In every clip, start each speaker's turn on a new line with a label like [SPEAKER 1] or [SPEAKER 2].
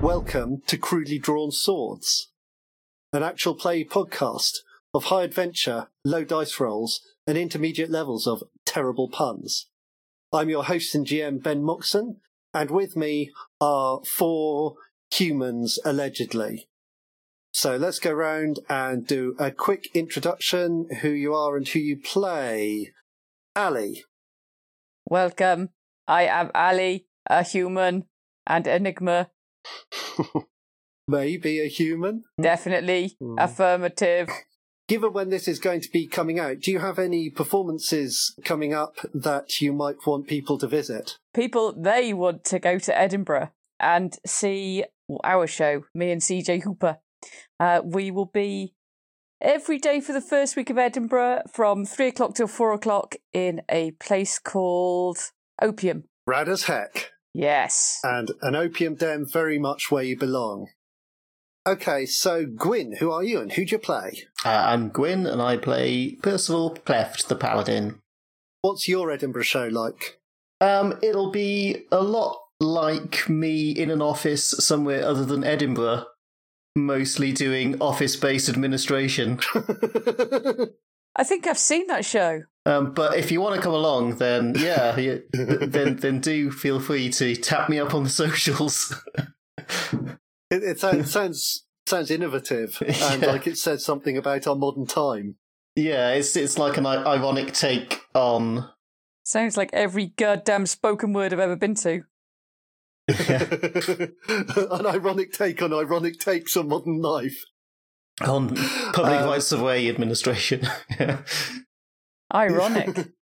[SPEAKER 1] Welcome to Crudely Drawn Swords, an actual play podcast of high adventure, low dice rolls, and intermediate levels of terrible puns. I'm your host and GM, Ben Moxon, and with me are four humans, allegedly. So let's go round and do a quick introduction who you are and who you play. Ali.
[SPEAKER 2] Welcome. I am Ali, a human and Enigma.
[SPEAKER 1] Maybe a human.
[SPEAKER 2] Definitely
[SPEAKER 3] Hmm.
[SPEAKER 2] affirmative.
[SPEAKER 1] Given when this is going to be coming out, do you have any performances coming up that you might want people to visit?
[SPEAKER 2] People, they want to go to Edinburgh and see our show, me and CJ Hooper. Uh, we will be every day for the first week of Edinburgh from three o'clock till four o'clock in a place called Opium.
[SPEAKER 1] Rad as heck.
[SPEAKER 2] Yes.
[SPEAKER 1] And an opium den very much where you belong. Okay, so Gwyn, who are you and who do you play?
[SPEAKER 3] Uh, I'm Gwyn, and I play Percival Cleft, the Paladin.
[SPEAKER 1] What's your Edinburgh show like?
[SPEAKER 3] Um, it'll be a lot like me in an office somewhere other than Edinburgh, mostly doing office-based administration.
[SPEAKER 2] I think I've seen that show.
[SPEAKER 3] Um, but if you want to come along, then yeah, you, then then do feel free to tap me up on the socials.
[SPEAKER 1] It, it sounds sounds sounds innovative and
[SPEAKER 3] Yeah.
[SPEAKER 1] like it says something about our modern time.
[SPEAKER 3] yeah, it's it's like an i- ironic take on.
[SPEAKER 2] Sounds like every goddamn spoken word I've ever been to.
[SPEAKER 1] An ironic take on ironic takes on modern life.
[SPEAKER 3] On public
[SPEAKER 1] Um,
[SPEAKER 3] rights of way administration.
[SPEAKER 2] Ironic.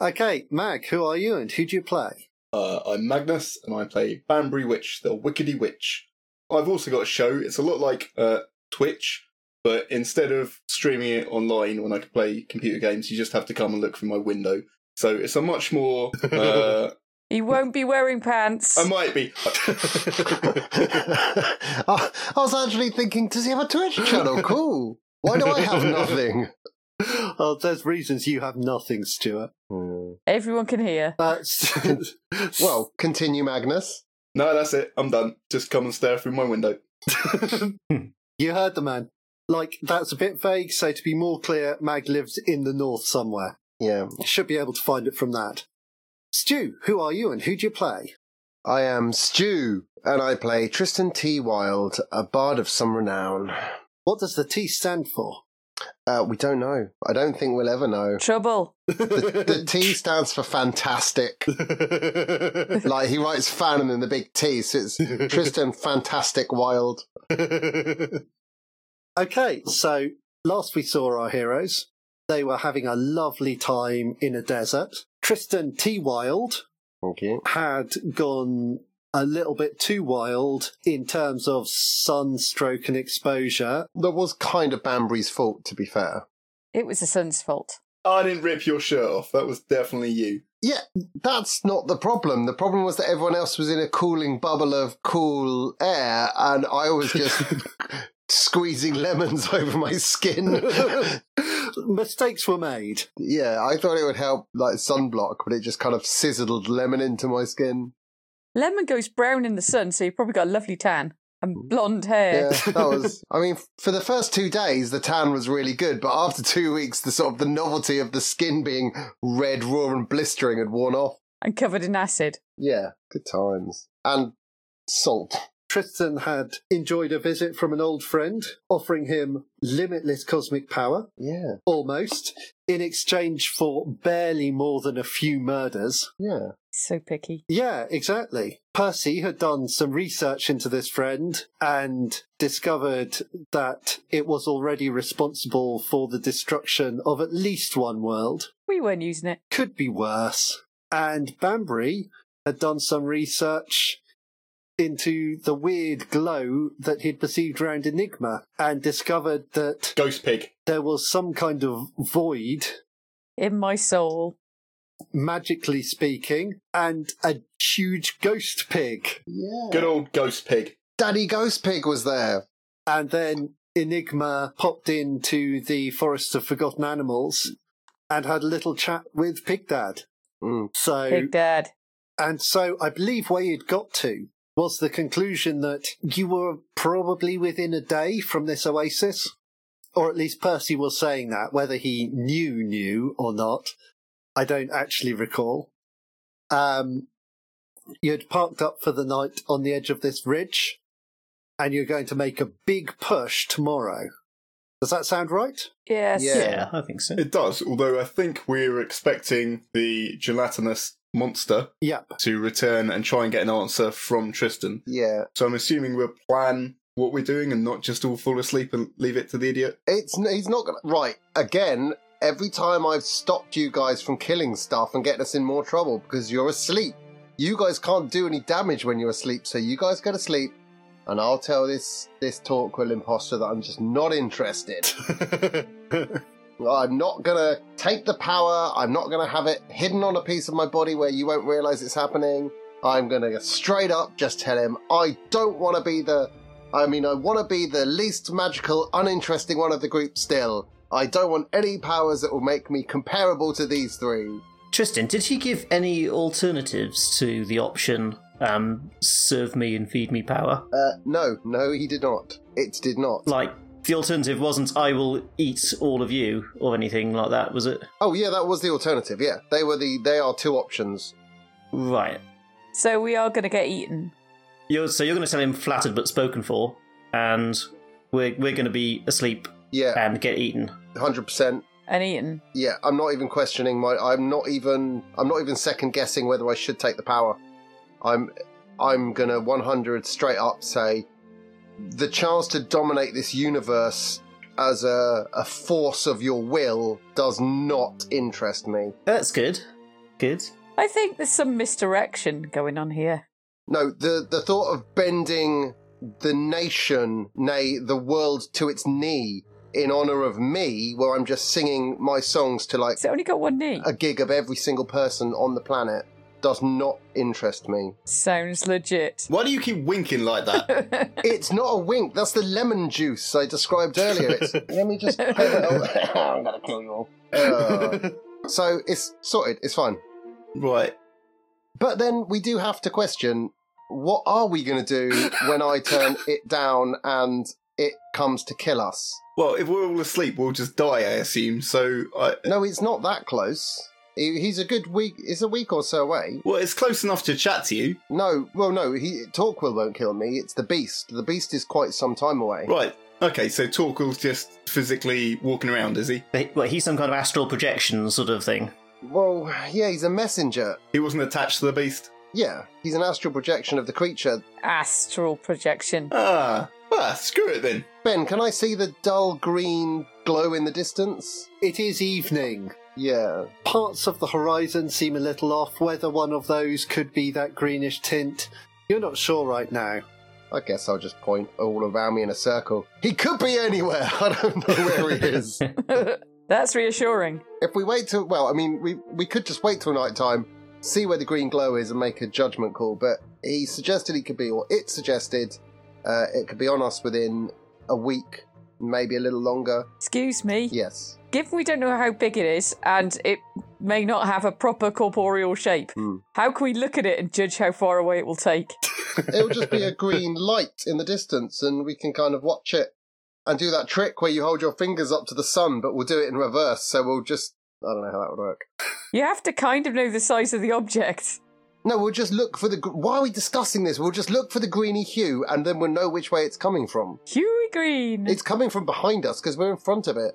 [SPEAKER 1] Okay, Mag, who are you and who do you play?
[SPEAKER 4] Uh, I'm Magnus, and I play Banbury Witch, the Wickedy Witch. I've also got a show. It's a lot like uh, Twitch, but instead of streaming it online when I could play computer games, you just have to come and look through my window. So it's a much more. Uh,
[SPEAKER 2] He won't be wearing pants.
[SPEAKER 4] I might be.
[SPEAKER 5] I I was actually thinking, does he have a Twitch channel? Cool. Why do I have nothing?
[SPEAKER 1] Oh, there's reasons you have nothing, Stuart.
[SPEAKER 5] Mm.
[SPEAKER 2] Everyone can hear.
[SPEAKER 1] That's
[SPEAKER 5] Well, continue, Magnus.
[SPEAKER 4] No, that's it. I'm done. Just come and stare through my window.
[SPEAKER 1] you heard the man. Like that's a bit vague. So to be more clear, Mag lives in the north somewhere.
[SPEAKER 5] Yeah.
[SPEAKER 1] You should be able to find it from that. Stu, who are you and who do you play?
[SPEAKER 5] I am Stew, and I play Tristan T. Wild, a bard of some renown.
[SPEAKER 1] What does the T stand for?
[SPEAKER 5] Uh, we don't know. I don't think we'll ever know.
[SPEAKER 2] Trouble.
[SPEAKER 5] The T stands for fantastic. Like he writes fan and then the big T, so it's Tristan Fantastic Wild.
[SPEAKER 1] Okay, so last we saw our heroes, they were having a lovely time in a desert. Tristan T. Wild
[SPEAKER 5] Thank you.
[SPEAKER 1] had gone a little bit too wild in terms of sunstroke and exposure.
[SPEAKER 5] That was kind of Banbury's fault, to be fair.
[SPEAKER 2] It was the sun's fault.
[SPEAKER 4] I didn't rip your shirt off. That was definitely you.
[SPEAKER 5] Yeah, that's not the problem. The problem was that everyone else was in a cooling bubble of cool air, and I was just squeezing lemons over my skin.
[SPEAKER 1] Mistakes were made.
[SPEAKER 5] yeah, I thought it would help like sunblock, but it just kind of sizzled lemon into my skin.
[SPEAKER 2] Lemon goes brown in the sun, so you've probably got a lovely tan and blonde hair.
[SPEAKER 5] Mm. Yeah, that was. I mean, for the first two days, the tan was really good, but after two weeks, the sort of the novelty of the skin being red, raw, and blistering had worn off.
[SPEAKER 2] And covered in acid.
[SPEAKER 5] Yeah, good times and salt.
[SPEAKER 1] Tristan had enjoyed a visit from an old friend offering him limitless cosmic power.
[SPEAKER 5] Yeah,
[SPEAKER 1] almost, in exchange for barely more than a few murders.
[SPEAKER 5] yeah.
[SPEAKER 2] So picky.
[SPEAKER 1] Yeah, exactly. Percy had done some research into this friend and discovered that it was already responsible for the destruction of at least one world.
[SPEAKER 2] We weren't using it.
[SPEAKER 1] Could be worse. And Banbury had done some research into the weird glow that he'd perceived round Enigma and discovered that
[SPEAKER 4] Ghost pig.
[SPEAKER 1] there was some kind of void
[SPEAKER 2] In my soul.
[SPEAKER 1] magically speaking, and a huge ghost pig.
[SPEAKER 5] Yeah.
[SPEAKER 4] Good old ghost pig.
[SPEAKER 5] Daddy Ghost Pig was there.
[SPEAKER 1] And then Enigma popped into the Forest of Forgotten Animals and had a little chat with Pig Dad.
[SPEAKER 5] Mm.
[SPEAKER 1] So,
[SPEAKER 2] Big Dad.
[SPEAKER 1] and so I believe where you'd got to was the conclusion that you were probably within a day from this oasis, or at least Percy was saying that. Whether he knew knew or not, I don't actually recall. Um, you'd parked up for the night on the edge of this ridge, and you're going to make a big push tomorrow. Does that sound right?
[SPEAKER 2] Yes.
[SPEAKER 5] Yeah.
[SPEAKER 3] Yeah, I think so.
[SPEAKER 4] It does, although I think we're expecting the gelatinous monster
[SPEAKER 1] Yep.
[SPEAKER 4] to return and try and get an answer from Tristan.
[SPEAKER 5] Yeah.
[SPEAKER 4] So I'm assuming we'll plan what we're doing and not just all fall asleep and leave it to the idiot.
[SPEAKER 5] It's he's not gonna right again. Every time I've stopped you guys from killing stuff and getting us in more trouble because you're asleep. You guys can't do any damage when you're asleep, so you guys go to sleep, and I'll tell this this torquil imposter that I'm just not interested. I'm not gonna take the power. I'm not gonna have it hidden on a piece of my body where you won't realize it's happening. I'm gonna straight up just tell him I don't want to be the. I mean, I want to be the least magical, uninteresting one of the group. Still, I don't want any powers that will make me comparable to these three.
[SPEAKER 3] Tristan, did he give any alternatives to the option um, serve me and feed me power?
[SPEAKER 5] Uh, no, no, he did not. It did not.
[SPEAKER 3] Like, the alternative wasn't I will eat all of you or anything like that, was it?
[SPEAKER 5] Oh yeah, that was the alternative. Yeah, they were the. They are two options.
[SPEAKER 3] Right.
[SPEAKER 2] So we are going to get eaten.
[SPEAKER 3] You're, so you're going to tell him flattered but spoken for, and we're, we're going to be asleep
[SPEAKER 5] Yeah,
[SPEAKER 3] and get eaten.
[SPEAKER 5] hundred percent.
[SPEAKER 2] And eaten.
[SPEAKER 5] Yeah, I'm not even questioning my. I'm not even. I'm not even second guessing whether I should take the power. I'm. I'm gonna 100 straight up say, the chance to dominate this universe as a, a force of your will does not interest me.
[SPEAKER 3] That's good. Good.
[SPEAKER 2] I think there's some misdirection going on here.
[SPEAKER 5] No, the the thought of bending the nation, nay, the world to its knee in honor of me, where I'm just singing my songs to like
[SPEAKER 2] It's only got one knee.
[SPEAKER 5] a gig of every single person on the planet does not interest me.
[SPEAKER 2] Sounds legit.
[SPEAKER 4] Why do you keep winking like that?
[SPEAKER 5] It's not a wink. That's the lemon juice I described earlier. It's, let me just. I'm gonna kill you all. Uh, so it's sorted. It's fine.
[SPEAKER 4] right.
[SPEAKER 5] But then we do have to question: What are we going to do when I turn it down and it comes to kill us?
[SPEAKER 4] Well, if we're all asleep, we'll just die, I assume. So, I,
[SPEAKER 5] No, it's not that close. He- He's a good week. It's a week or so away.
[SPEAKER 4] well, it's close enough to chat to you.
[SPEAKER 5] No, well, no. He Torquil won't kill me. It's the beast. The beast is quite some time away.
[SPEAKER 4] Right. Okay, so Torquil's just physically walking around, is he?
[SPEAKER 3] But he- Well, he's some kind of astral projection sort of thing.
[SPEAKER 5] Well, yeah, he's a messenger.
[SPEAKER 4] He wasn't attached to the beast.
[SPEAKER 5] Yeah, he's an astral projection of the creature.
[SPEAKER 2] Astral projection.
[SPEAKER 4] Ah, ah, screw it then.
[SPEAKER 5] Ben, can I see the dull green glow in the distance?
[SPEAKER 1] It is evening.
[SPEAKER 5] Yeah.
[SPEAKER 1] Parts of the horizon seem a little off. Whether one of those could be that greenish tint, you're not sure right now.
[SPEAKER 5] I guess I'll just point all around me in a circle. He could be anywhere. I don't know where he is.
[SPEAKER 2] That's reassuring.
[SPEAKER 5] if we wait till well, I mean, we we could just wait till night time, see where the green glow is, and make a judgment call. But he suggested he could be, or it suggested, uh, it could be on us within a week, maybe a little longer.
[SPEAKER 2] Excuse me.
[SPEAKER 5] Yes.
[SPEAKER 2] Given we don't know how big it is and it may not have a proper corporeal shape,
[SPEAKER 5] Hmm.
[SPEAKER 2] how can we look at it and judge how far away it will take?
[SPEAKER 5] It'll just be a green light in the distance, and we can kind of watch it and do that trick where you hold your fingers up to the sun, but we'll do it in reverse. So we'll just. I don't know how that would work.
[SPEAKER 2] You have to kind of know the size of the object.
[SPEAKER 5] No, we'll just look for the. gr- Why are we discussing this? We'll just look for the greeny hue, and then we'll know which way it's coming
[SPEAKER 2] Mm-hmm.
[SPEAKER 5] from.
[SPEAKER 2] Huey Green.
[SPEAKER 5] It's coming from behind us because we're in front of it.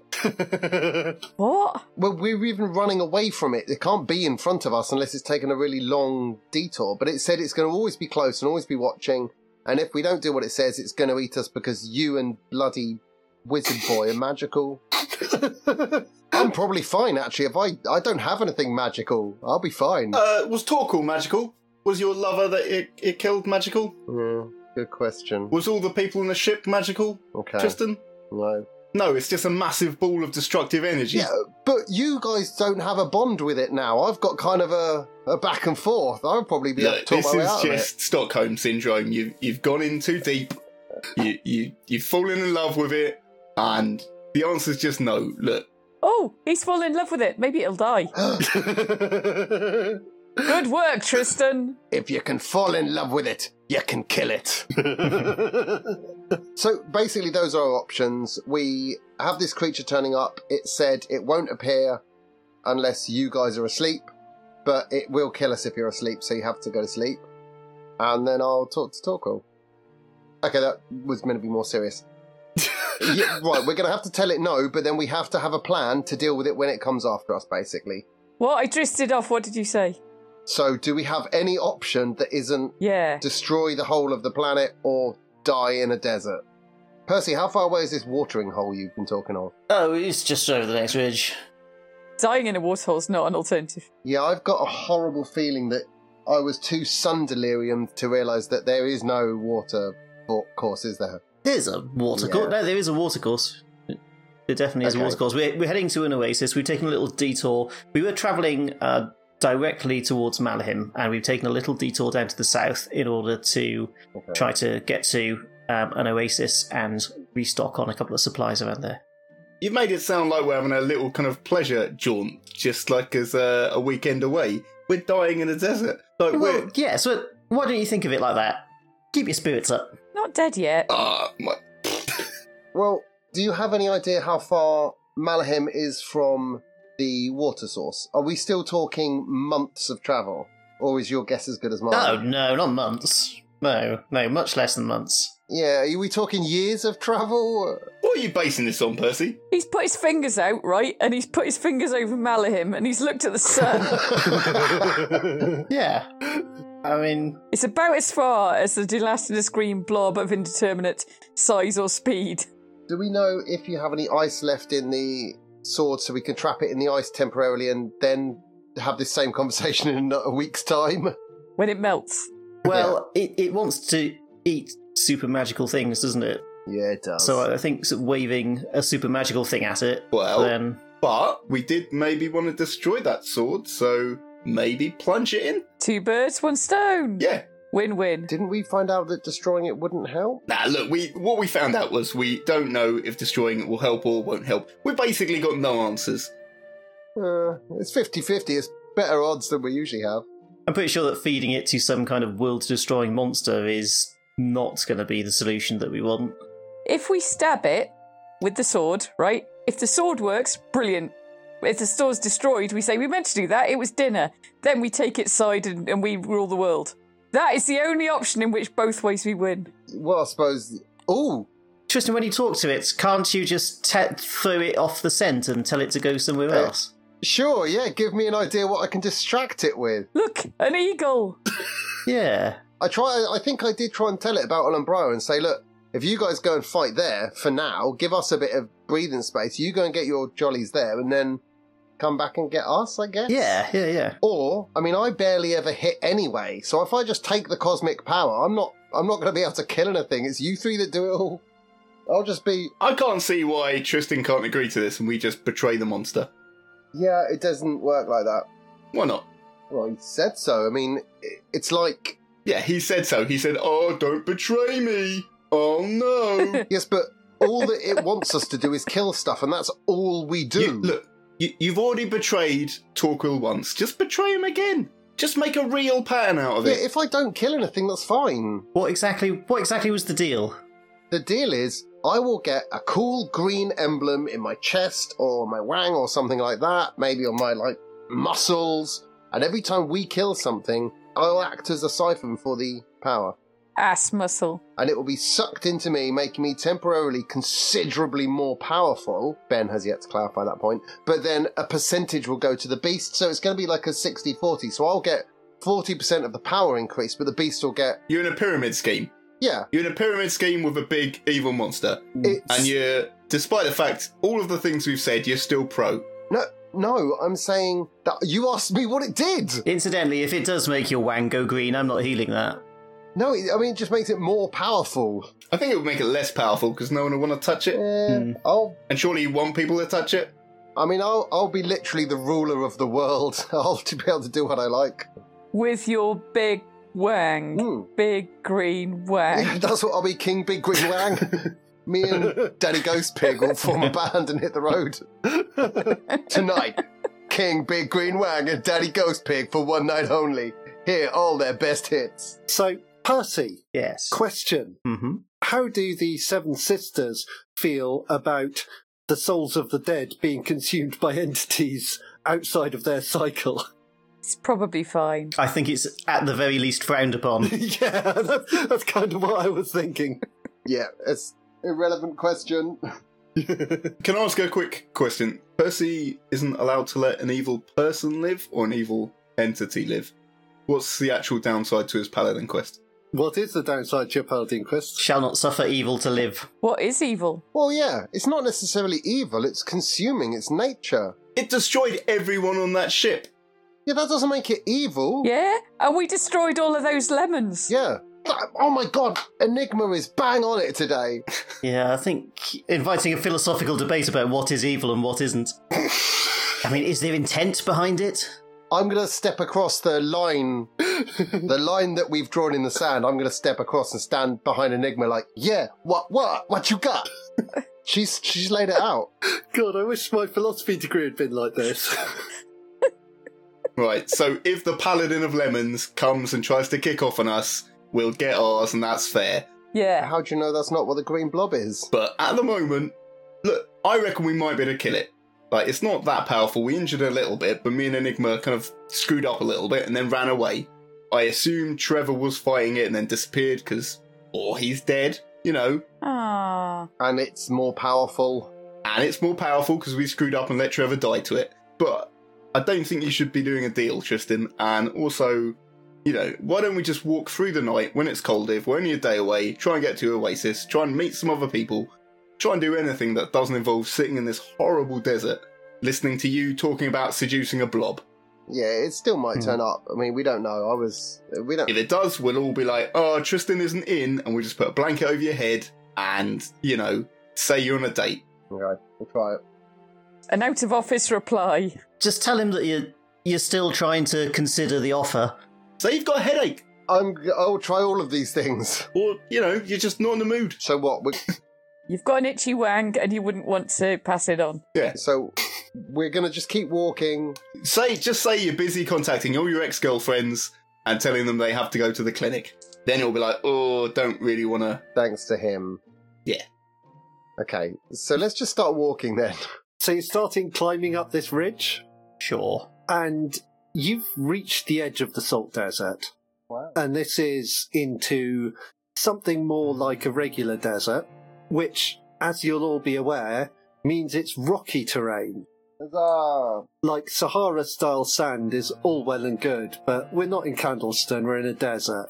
[SPEAKER 2] What?
[SPEAKER 5] Well, we're even running away from it. It can't be in front of us unless it's taken a really long detour. But it said it's going to always be close and always be watching. And if we don't do what it says, it's going to eat us because you and bloody wizard boy are magical. I'm probably fine actually. If I I don't have anything magical, I'll be fine.
[SPEAKER 4] Uh, was Torquil magical? Was your lover that it, it killed magical?
[SPEAKER 5] Yeah, good question.
[SPEAKER 4] Was all the people in the ship magical,
[SPEAKER 5] Okay.
[SPEAKER 4] Tristan?
[SPEAKER 5] no.
[SPEAKER 4] No, it's just a massive ball of destructive energy.
[SPEAKER 5] Yeah, but you guys don't have a bond with it now. I've got kind of a, a back and forth. I'll probably be able to
[SPEAKER 4] Look,
[SPEAKER 5] talk
[SPEAKER 4] this
[SPEAKER 5] my way
[SPEAKER 4] is
[SPEAKER 5] out of it.
[SPEAKER 4] just Stockholm syndrome. You've you've gone in too deep. You you you've fallen in love with it, and the answer's just no. Look,
[SPEAKER 2] Oh, he's fallen in love with it. Maybe it'll die. Good work, Tristan.
[SPEAKER 5] If you can fall in love with it, you can kill it. so basically, those are our options. We have this creature turning up. It said it won't appear unless you guys are asleep, but it will kill us if you're asleep, so you have to go to sleep. And then I'll talk to Torquil. Okay, that was meant to be more serious. yeah, right, we're going to have to tell it no, but then we have to have a plan to deal with it when it comes after us, basically.
[SPEAKER 2] What? I drifted off. What did you say?
[SPEAKER 5] So, do we have any option that isn't
[SPEAKER 2] Yeah.
[SPEAKER 5] destroy the whole of the planet or die in a desert. Percy, how far away is this watering hole you've been talking of?
[SPEAKER 3] Oh, it's just over the next ridge.
[SPEAKER 2] Dying in a waterhole's not an alternative.
[SPEAKER 5] Yeah, I've got a horrible feeling that I was too sun delirium to realise that there is no water bo- course, is there?
[SPEAKER 3] There's a water
[SPEAKER 5] Yeah.
[SPEAKER 3] course. No, there is a water course. There definitely is
[SPEAKER 5] Okay.
[SPEAKER 3] a water course. We're, we're heading to an oasis. We've taken a little detour. We were travelling uh, directly towards Malahim, and we've taken a little detour down to the south in order to
[SPEAKER 5] Okay.
[SPEAKER 3] try to get to um, an oasis and restock on a couple of supplies around there.
[SPEAKER 4] You've made it sound like we're having a little kind of pleasure jaunt, just like as a, a weekend away. We're dying in a desert. Like
[SPEAKER 3] Well,
[SPEAKER 4] we're.
[SPEAKER 3] yeah, so why don't you think of it like that? Keep your spirits up.
[SPEAKER 2] Not dead yet.
[SPEAKER 4] Ah, my-
[SPEAKER 5] Well, do you have any idea how far Malahim is from the water source? Are we still talking months of travel? Or is your guess as good as mine?
[SPEAKER 3] No, no, not months. No, no, much less than months.
[SPEAKER 5] Yeah, are we talking years of travel?
[SPEAKER 4] what are you basing this on, Percy?
[SPEAKER 2] He's put his fingers out, right? And he's put his fingers over Malahim and he's looked at the sun.
[SPEAKER 3] Yeah. I mean,
[SPEAKER 2] it's about as far as the gelatinous green blob of indeterminate size or speed.
[SPEAKER 5] Do we know if you have any ice left in the sword so we can trap it in the ice temporarily and then have this same conversation in a week's time?
[SPEAKER 2] When it melts.
[SPEAKER 3] Well, it, it wants to eat super magical things, doesn't it?
[SPEAKER 5] Yeah, it does. Oh.
[SPEAKER 3] So uh, I think sort of waving a super magical thing at it,
[SPEAKER 4] Well,
[SPEAKER 3] then
[SPEAKER 4] but we did maybe want to destroy that sword, so maybe plunge it in.
[SPEAKER 2] Two birds, one stone.
[SPEAKER 4] Yeah.
[SPEAKER 2] Win win.
[SPEAKER 5] Didn't we find out that destroying it wouldn't help?
[SPEAKER 4] Nah, look, we what we found out was we don't know if destroying it will help or won't help. We've basically got no answers.
[SPEAKER 5] Uh, it's 50 50. It's better odds than we usually have.
[SPEAKER 3] I'm pretty sure that feeding it to some kind of world-destroying monster is not going to be the solution that we want.
[SPEAKER 2] If we stab it with the sword, right? If the sword works, brilliant. If the store's destroyed, we say we meant to do that, it was dinner. Then we take its side and, and we rule the world. That is the only option in which both ways we win.
[SPEAKER 5] Well, I suppose. Ooh!
[SPEAKER 3] Tristan, when you talk to it, can't you just te- throw it off the scent and tell it to go somewhere
[SPEAKER 5] Uh,
[SPEAKER 3] else?
[SPEAKER 5] Sure, yeah, give me an idea what I can distract it with.
[SPEAKER 2] Look, an eagle.
[SPEAKER 3] Yeah.
[SPEAKER 5] I try. I think I did try and tell it about Alambra and say, look, if you guys go and fight there for now, give us a bit of breathing space. You go and get your jollies there, and then come back and get us. I guess.
[SPEAKER 3] Yeah, yeah, yeah.
[SPEAKER 5] Or, I mean, I barely ever hit anyway. So if I just take the cosmic power, I'm not. I'm not going to be able to kill anything. It's you three that do it all. I'll just be.
[SPEAKER 4] I can't see why Tristan can't agree to this and we just betray the monster.
[SPEAKER 5] Yeah, it doesn't work like that.
[SPEAKER 4] Why not?
[SPEAKER 5] Well, he said so. I mean, i- it's like
[SPEAKER 4] Yeah, he said so. He said, Oh, don't betray me. Oh, no.
[SPEAKER 5] yes, but all that it wants us to do is kill stuff, and that's all we do.
[SPEAKER 4] You- look, you, you've already betrayed Torquil once. Just betray him again. Just make a real pattern out of
[SPEAKER 5] Yeah,
[SPEAKER 4] it.
[SPEAKER 5] if I don't kill anything, that's fine.
[SPEAKER 3] What exactly? What exactly was the deal?
[SPEAKER 5] The deal is, I will get a cool green emblem in my chest or my wang or something like that, maybe on my like muscles, and every time we kill something, I'll act as a siphon for the power.
[SPEAKER 2] Ass muscle.
[SPEAKER 5] And it will be sucked into me, making me temporarily considerably more powerful. Ben has yet to clarify that point. But then a percentage will go to the beast, so it's going to be like a 60 40. So I'll get 40% of the power increase, but the beast will get,
[SPEAKER 4] You're in a pyramid scheme.
[SPEAKER 5] yeah.
[SPEAKER 4] You're in a pyramid scheme with a big evil monster.
[SPEAKER 5] It's...
[SPEAKER 4] And you're, despite the fact, all of the things we've said, you're still pro.
[SPEAKER 5] No, no, I'm saying that you asked me what it did.
[SPEAKER 3] Incidentally, if it does make your wang go green, I'm not healing that.
[SPEAKER 5] No, it, I mean, it just makes it more powerful.
[SPEAKER 4] I think it would make it less powerful because no one would want to touch
[SPEAKER 5] Yeah,
[SPEAKER 4] it.
[SPEAKER 5] Hmm. I'll,
[SPEAKER 4] And surely you want people to touch it?
[SPEAKER 5] I mean, I'll, I'll be literally the ruler of the world. I'll to be able to do what I like.
[SPEAKER 2] With your big wang.
[SPEAKER 5] Mm.
[SPEAKER 2] Big green wang.
[SPEAKER 5] Hmm. Yeah, that's what I'll be, King Big Green Wang. me and Daddy Ghost Pig will form a band and hit the road tonight. King Big Green Wang and Daddy Ghost Pig for one night only. Hear all their best hits.
[SPEAKER 1] So Percy,
[SPEAKER 3] Yes.
[SPEAKER 1] question.
[SPEAKER 3] Mm-hmm.
[SPEAKER 1] How do the Seven Sisters feel about the souls of the dead being consumed by entities outside of their cycle?
[SPEAKER 2] It's probably fine.
[SPEAKER 3] I think it's at the very least frowned upon.
[SPEAKER 1] yeah, that's, that's kind of what I was thinking.
[SPEAKER 5] Yeah, it's irrelevant question.
[SPEAKER 4] Can I ask a quick question? Percy isn't allowed to let an evil person live or an evil entity live. What's the actual downside to his paladin quest?
[SPEAKER 1] What is the downside to your paladin quest?
[SPEAKER 3] Shall not suffer evil to live.
[SPEAKER 2] What is evil?
[SPEAKER 5] Well, yeah, it's not necessarily evil, it's consuming, it's nature.
[SPEAKER 4] It destroyed everyone on that ship.
[SPEAKER 5] Yeah, that doesn't make it evil.
[SPEAKER 2] Yeah? And we destroyed all of those lemons.
[SPEAKER 5] Yeah. Ah, Oh my god, Enigma is bang on it today.
[SPEAKER 3] Yeah, I think inviting a philosophical debate about what is evil and what isn't. I mean, is there intent behind it?
[SPEAKER 5] I'm gonna step across the line, the line that we've drawn in the sand. I'm gonna step across and stand behind Enigma, like, yeah, what, what, what you got? she's she's laid it out.
[SPEAKER 1] God, I wish my philosophy degree had been like this.
[SPEAKER 4] Right, so if the paladin of lemons comes and tries to kick off on us, we'll get ours and that's fair.
[SPEAKER 2] Yeah.
[SPEAKER 5] How do you know that's not what the green blob is?
[SPEAKER 4] But at the moment, look, I reckon we might be able to kill it. Like, it's not that powerful. We injured it a little bit, but me and Enigma kind of screwed up a little bit and then ran away. I assume Trevor was fighting it and then disappeared because, or he's dead, you know,
[SPEAKER 2] Ah.
[SPEAKER 5] And it's more powerful.
[SPEAKER 4] and it's more powerful because we screwed up and let Trevor die to it. But I don't think you should be doing a deal, Tristan. And also, you know, why don't we just walk through the night when it's cold? If we're only a day away, try and get to Oasis, try and meet some other people, try and do anything that doesn't involve sitting in this horrible desert, listening to you talking about seducing a blob.
[SPEAKER 5] Yeah, it still
[SPEAKER 2] Hmm.
[SPEAKER 5] might turn up. I mean, we don't know. I was, we don't.
[SPEAKER 4] If it does, we'll all be like, "Oh, Tristan isn't in," and we'll just put a blanket over your head and, you know, say you're on a date.
[SPEAKER 5] Okay, we'll try it.
[SPEAKER 2] An out of office reply.
[SPEAKER 3] Just tell him that you're, you're still trying to consider the offer.
[SPEAKER 4] Say you've got a headache,
[SPEAKER 5] I'm. I'll try all of these things.
[SPEAKER 4] or you know, you're just not in the mood.
[SPEAKER 5] So what? We,
[SPEAKER 2] You've got an itchy wang and you wouldn't want to pass it on.
[SPEAKER 4] Yeah.
[SPEAKER 5] so we're gonna just keep walking.
[SPEAKER 4] Say, just say you're busy contacting all your ex girlfriends and telling them they have to go to the clinic. Then it'll be like, oh, don't really want to.
[SPEAKER 5] Thanks to him.
[SPEAKER 4] Yeah.
[SPEAKER 5] Okay, so let's just start walking then.
[SPEAKER 1] so you're starting climbing up this ridge,
[SPEAKER 3] Sure.
[SPEAKER 1] and you've reached the edge of the salt desert.
[SPEAKER 5] Wow.
[SPEAKER 1] and this is into something more like a regular desert, which, as you'll all be aware, means it's rocky terrain.
[SPEAKER 5] Huzzah!
[SPEAKER 1] Like Sahara style sand is all well and good, but we're not in Candleston, we're in a desert.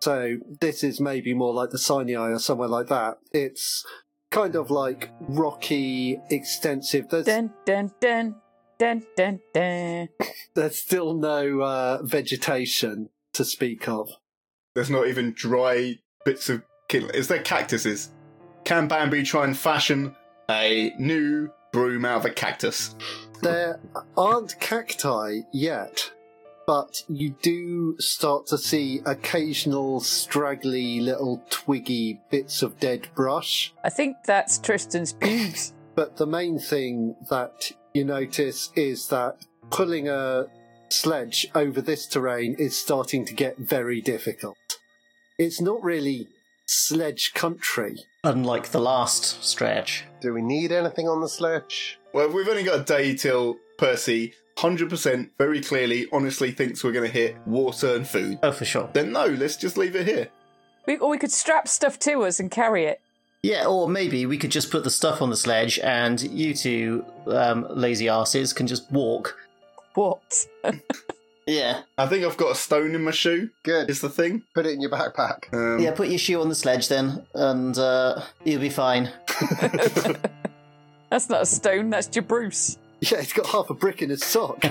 [SPEAKER 1] So this is maybe more like the Sinai or somewhere like that. It's kind of like rocky, extensive. There's
[SPEAKER 2] Dun, dun, dun. Dun, dun, dun.
[SPEAKER 1] there's still no uh, vegetation to speak of.
[SPEAKER 4] There's not even dry bits of. Kid- Is there cactuses? Can Bambi try and fashion a new broom out of a cactus?
[SPEAKER 1] There aren't cacti yet, but you do start to see occasional straggly little twiggy bits of dead brush.
[SPEAKER 2] I think that's Tristan's pubes.
[SPEAKER 1] But the main thing that you notice is that pulling a sledge over this terrain is starting to get very difficult. It's not really sledge country.
[SPEAKER 3] Unlike the last stretch.
[SPEAKER 5] Do we need anything on the sledge?
[SPEAKER 4] Well, we've only got a day till Percy 100% very clearly, honestly thinks we're going to hit water and food.
[SPEAKER 3] Oh, for sure.
[SPEAKER 4] Then no, let's just leave it here.
[SPEAKER 2] we, or we could strap stuff to us and carry it.
[SPEAKER 3] Yeah, or maybe we could just put the stuff on the sledge and you two um, lazy asses can just walk.
[SPEAKER 2] What?
[SPEAKER 3] Yeah.
[SPEAKER 4] I think I've got a stone in my shoe,
[SPEAKER 5] Good.
[SPEAKER 4] is the thing.
[SPEAKER 5] Put it in your backpack.
[SPEAKER 4] Um,
[SPEAKER 3] Yeah, put your shoe on the sledge then, and uh, you'll be fine.
[SPEAKER 2] That's not a stone, that's Jabruce.
[SPEAKER 1] Yeah, it's got half a brick in its sock.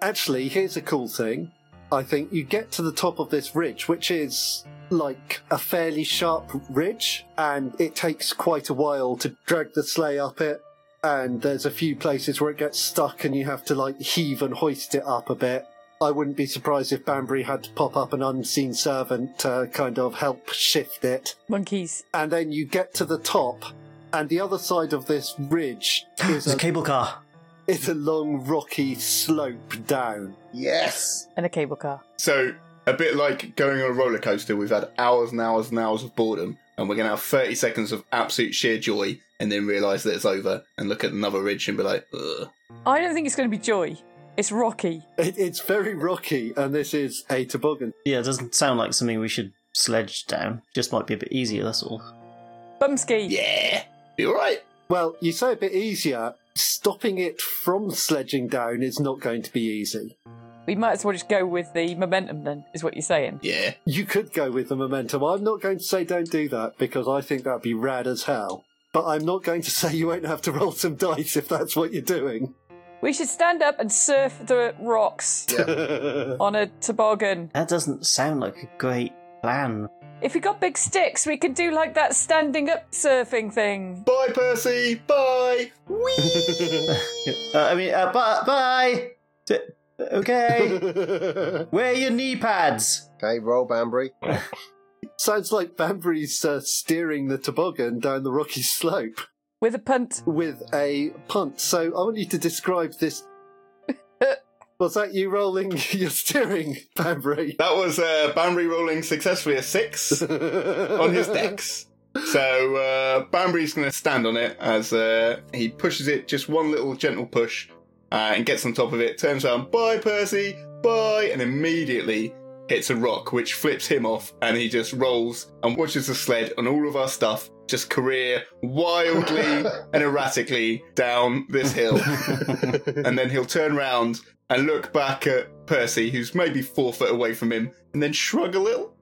[SPEAKER 1] Actually, here's a cool thing. I think you get to the top of this ridge, which is like a fairly sharp ridge, and it takes quite a while to drag the sleigh up it. And there's a few places where it gets stuck, and you have to like heave and hoist it up a bit. I wouldn't be surprised if Banbury had to pop up an unseen servant to kind of help shift it
[SPEAKER 2] Monkeys.
[SPEAKER 1] and then you get to the top, and the other side of this ridge is
[SPEAKER 3] There's a
[SPEAKER 1] a,
[SPEAKER 3] cable car.
[SPEAKER 1] is a long rocky slope down.
[SPEAKER 5] Yes.
[SPEAKER 2] And a cable car.
[SPEAKER 4] So a bit like going on a roller coaster. We've had hours and hours and hours of boredom, and we're gonna have thirty seconds of absolute sheer joy, and then realise that it's over, and look at another ridge and be like, Ugh.
[SPEAKER 2] I don't think it's going to be joy. It's rocky.
[SPEAKER 1] It, it's very rocky, and this is a toboggan.
[SPEAKER 3] Yeah, it doesn't sound like something we should sledge down. Just might be a bit easier, that's all.
[SPEAKER 2] Bumski.
[SPEAKER 4] "Yeah, be all right."
[SPEAKER 1] Well, you say a bit easier. Stopping it from sledging down is not going to be easy.
[SPEAKER 2] We might as well just go with the momentum then, is what you're saying.
[SPEAKER 4] Yeah,
[SPEAKER 1] You could go with the momentum. I'm not going to say don't do that because I think that'd be rad as hell. But I'm not going to say you won't have to roll some dice if that's what you're doing.
[SPEAKER 2] We should stand up and surf the rocks on a toboggan.
[SPEAKER 3] That doesn't sound like a great plan.
[SPEAKER 2] If we got big sticks, we can do like that standing up surfing thing.
[SPEAKER 4] bye, Percy. Bye.
[SPEAKER 3] Uh, I mean, uh, bye. bye. D- Okay. Wear your knee pads.
[SPEAKER 5] Okay, roll Banbury.
[SPEAKER 1] Sounds like Banbury's uh, steering the toboggan down the rocky slope
[SPEAKER 2] With a punt.
[SPEAKER 1] with a punt. So I want you to describe this. Was that you rolling your steering, Banbury?
[SPEAKER 4] That was uh, Banbury rolling successfully a six on his decks. So uh, Banbury's going to stand on it as uh, he pushes it just one little gentle push uh, and gets on top of it, turns around, bye Percy, bye, and immediately hits a rock which flips him off and he just rolls and watches the sled and all of our stuff just career wildly and erratically down this hill. and then he'll turn round and look back at Percy, who's maybe four foot away from him, and then shrug a little.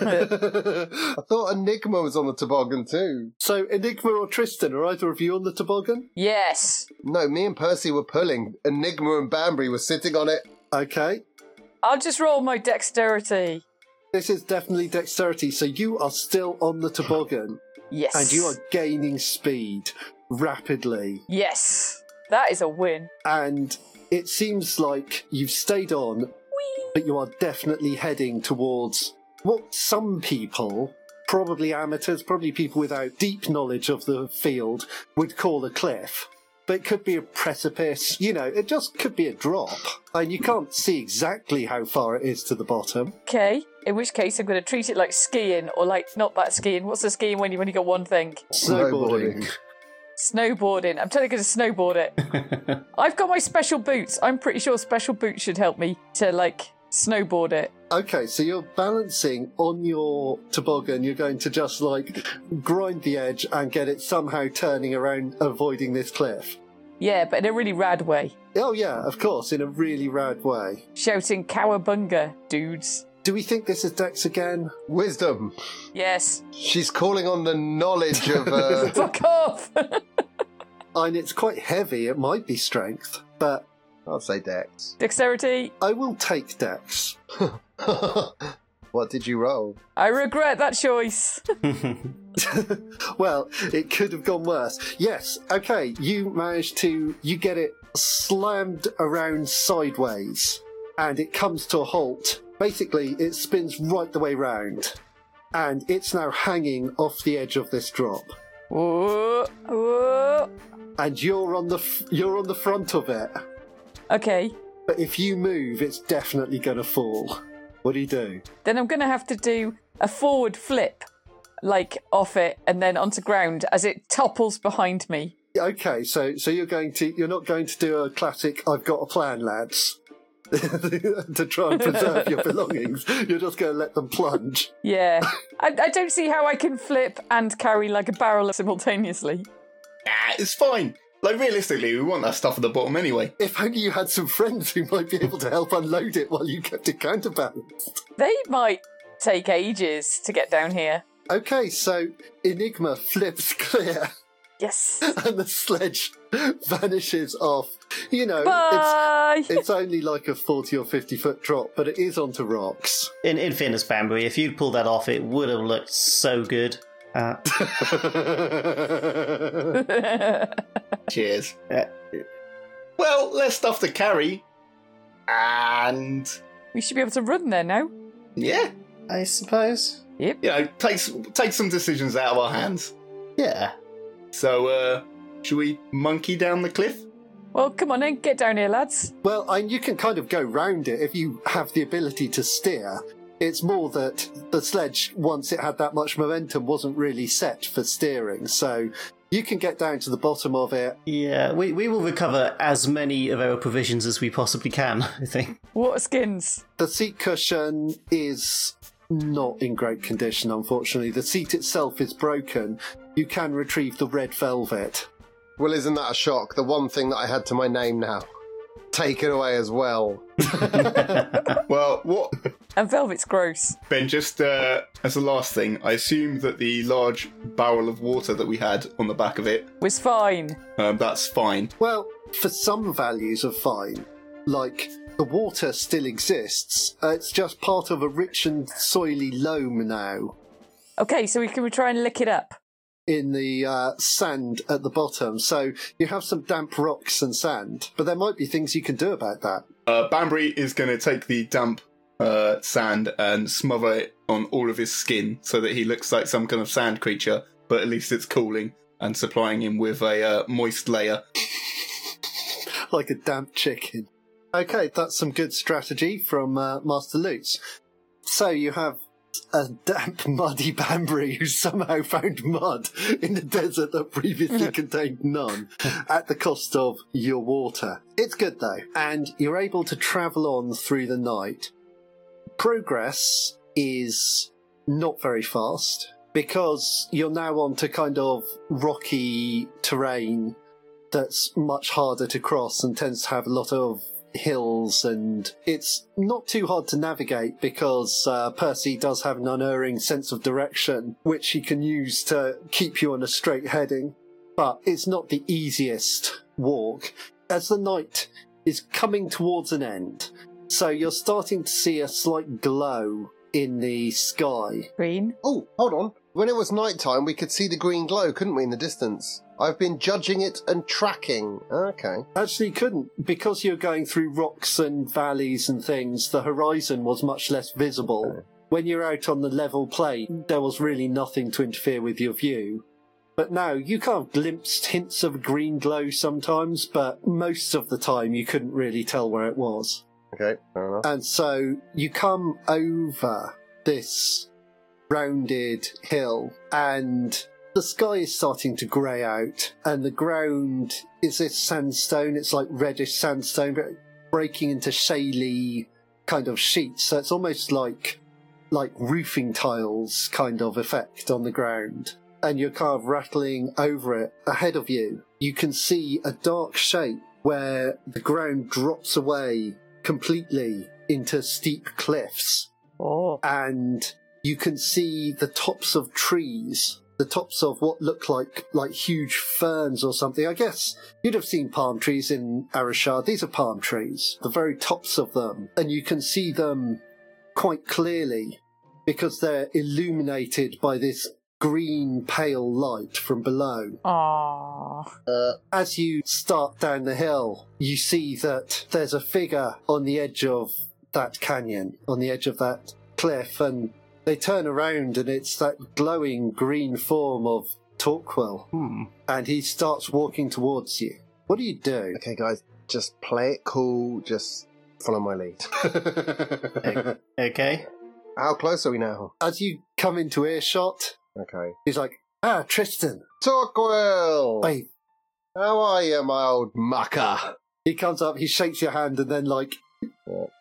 [SPEAKER 5] I thought Enigma was on the toboggan too.
[SPEAKER 1] So Enigma or Tristan, are either of you on the toboggan?
[SPEAKER 2] Yes.
[SPEAKER 5] No, me and Percy were pulling. Enigma and Banbury were sitting on it.
[SPEAKER 1] Okay.
[SPEAKER 2] I'll just roll my dexterity.
[SPEAKER 1] This is definitely dexterity, so you are still on the toboggan
[SPEAKER 2] Yes.
[SPEAKER 1] and you are gaining speed rapidly.
[SPEAKER 2] Yes. That is a win.
[SPEAKER 1] And it seems like you've stayed on, but you are definitely heading towards what some people, probably amateurs, probably people without deep knowledge of the field, would call a cliff. But it could be a precipice, you know, it just could be a drop. And you can't see exactly how far it is to the bottom.
[SPEAKER 2] Okay. In which case, I'm going to treat it like skiing or like not that skiing. What's the skiing when you only got one thing?
[SPEAKER 1] Snowboarding.
[SPEAKER 2] Snowboarding. I'm totally going to snowboard it. I've got my special boots. I'm pretty sure special boots should help me to like snowboard it.
[SPEAKER 1] Okay, so you're balancing on your toboggan. You're going to just like grind the edge and get it somehow turning around, avoiding this cliff.
[SPEAKER 2] Yeah, but in a really rad way.
[SPEAKER 1] Oh, yeah, of course, in a really rad way.
[SPEAKER 2] Shouting cowabunga, dudes.
[SPEAKER 1] Do we think this is Dex again?
[SPEAKER 5] Wisdom.
[SPEAKER 2] Yes.
[SPEAKER 5] She's calling on the knowledge of. Uh,
[SPEAKER 2] Fuck off.
[SPEAKER 1] And it's quite heavy, it might be strength, but
[SPEAKER 5] I'll say Dex.
[SPEAKER 2] Dexterity.
[SPEAKER 1] I will take Dex.
[SPEAKER 5] what did you roll?
[SPEAKER 2] I regret that choice.
[SPEAKER 1] Well, it could have gone worse. Yes, okay, you manage to you get it slammed around sideways and it comes to a halt. Basically, it spins right the way round and it's now hanging off the edge of this drop.
[SPEAKER 2] Whoa, whoa.
[SPEAKER 1] And you're on the f- you're on the front of it.
[SPEAKER 2] Okay.
[SPEAKER 1] But if you move, it's definitely going to fall. What do you do?
[SPEAKER 2] Then I'm going to have to do a forward flip, like off it and then onto ground as it topples behind me.
[SPEAKER 1] Okay, so so you're going to you're not going to do a classic I've got a plan, lads. to try and preserve your belongings. You're just going to let them plunge.
[SPEAKER 2] Yeah. I, I don't see how I can flip and carry like a barrel simultaneously.
[SPEAKER 4] Nah, it's fine. Like realistically, we want that stuff at the bottom anyway.
[SPEAKER 1] If only you had some friends who might be able to help unload it while you kept it counterbalanced.
[SPEAKER 2] They might take ages to get down here.
[SPEAKER 1] Okay, so Enigma flips clear
[SPEAKER 2] Yes.
[SPEAKER 1] and the sledge vanishes off. You know,
[SPEAKER 2] Bye.
[SPEAKER 1] it's it's only like a 40 or 50 foot drop, but it is onto rocks.
[SPEAKER 3] In, in fairness, Banbury, if you'd pulled that off, it would have looked so good. Uh,
[SPEAKER 4] Cheers. Uh,
[SPEAKER 3] Yeah.
[SPEAKER 4] Well, less stuff to carry, and
[SPEAKER 2] we should be able to run there now.
[SPEAKER 4] yeah,
[SPEAKER 3] I suppose.
[SPEAKER 4] you know, takes takes some decisions out of our hands.
[SPEAKER 3] Yeah.
[SPEAKER 4] So, uh, should we monkey down the cliff?
[SPEAKER 2] Well, come on then, get down here, lads.
[SPEAKER 1] Well, and you can kind of go round it if you have the ability to steer. It's more that the sledge, once it had that much momentum, wasn't really set for steering. So you can get down to the bottom of it.
[SPEAKER 3] Yeah, we, we will recover as many of our provisions as we possibly can, I think.
[SPEAKER 2] Water skins.
[SPEAKER 1] The seat cushion is not in great condition, unfortunately. The seat itself is broken. You can retrieve the red velvet.
[SPEAKER 5] Well, isn't that a shock? The one thing that I had to my name now. Taken away as well.
[SPEAKER 4] Well, what
[SPEAKER 2] And velvet's gross.
[SPEAKER 4] Ben? Just uh, as the last thing, I assume that the large barrel of water that we had on the back of it,
[SPEAKER 2] Was fine.
[SPEAKER 4] um, that's fine.
[SPEAKER 1] Well, for some values of fine, like the water still exists, uh, it's just part of a rich and soily loam now
[SPEAKER 2] Okay, so we can try and lick it up.
[SPEAKER 1] in the uh, sand at the bottom. So you have some damp rocks and sand, but there might be things you can do about that.
[SPEAKER 4] Uh, Banbury is going to take the damp uh, sand and smother it on all of his skin so that he looks like some kind of sand creature, but at least it's cooling and supplying him with a uh, moist layer.
[SPEAKER 1] like a damp chicken. Okay, that's some good strategy from uh, Master Lutz. So you have a damp, muddy Banbury who somehow found mud in the desert that previously contained none at the cost of your water. It's good though, and you're able to travel on through the night. Progress is not very fast because you're now onto kind of rocky terrain that's much harder to cross and tends to have a lot of hills and it's not too hard to navigate because uh, percy does have an unerring sense of direction which he can use to keep you on a straight heading but it's not the easiest walk as the night is coming towards an end so you're starting to see a slight glow in the sky
[SPEAKER 2] Green.
[SPEAKER 5] Oh, hold on. When it was nighttime, we could see the green glow, couldn't we, in the distance? I've been judging it and tracking. Okay.
[SPEAKER 1] Actually, couldn't because you're going through rocks and valleys and things. The horizon was much less visible. When you're out on the level plain, there was really nothing to interfere with your view. But now you can't glimpse hints of green glow sometimes, but most of the time you couldn't really tell where it was.
[SPEAKER 5] Okay, fair enough.
[SPEAKER 1] And so you come over this rounded hill, and the sky is starting to grey out, and the ground is this sandstone. It's like reddish sandstone, but breaking into shaly kind of sheets. So it's almost like like roofing tiles kind of effect on the ground. And you're kind of rattling over it ahead of you. You can see a dark shape where the ground drops away completely into steep cliffs
[SPEAKER 2] Oh.
[SPEAKER 1] and you can see the tops of trees, the tops of what look like like huge ferns or something. I guess you'd have seen palm trees in Arashar. These are palm trees, the very tops of them, and you can see them quite clearly because they're illuminated by this green pale light from below
[SPEAKER 2] Aww.
[SPEAKER 5] Uh,
[SPEAKER 1] as you start down the hill, you see that there's a figure on the edge of that canyon, on the edge of that cliff, and they turn around and it's that glowing green form of Torquil,
[SPEAKER 3] Hmm.
[SPEAKER 1] and he starts walking towards you. What do you do?
[SPEAKER 5] Okay, guys, just play it cool. Just follow my lead.
[SPEAKER 3] Okay.
[SPEAKER 5] How close are we now?
[SPEAKER 1] As you come into earshot,
[SPEAKER 5] Okay.
[SPEAKER 1] he's like, Ah, Tristan,
[SPEAKER 5] Torquil!
[SPEAKER 1] wait.
[SPEAKER 5] How are you, my old mucker?
[SPEAKER 1] He comes up, he shakes your hand, and then, like,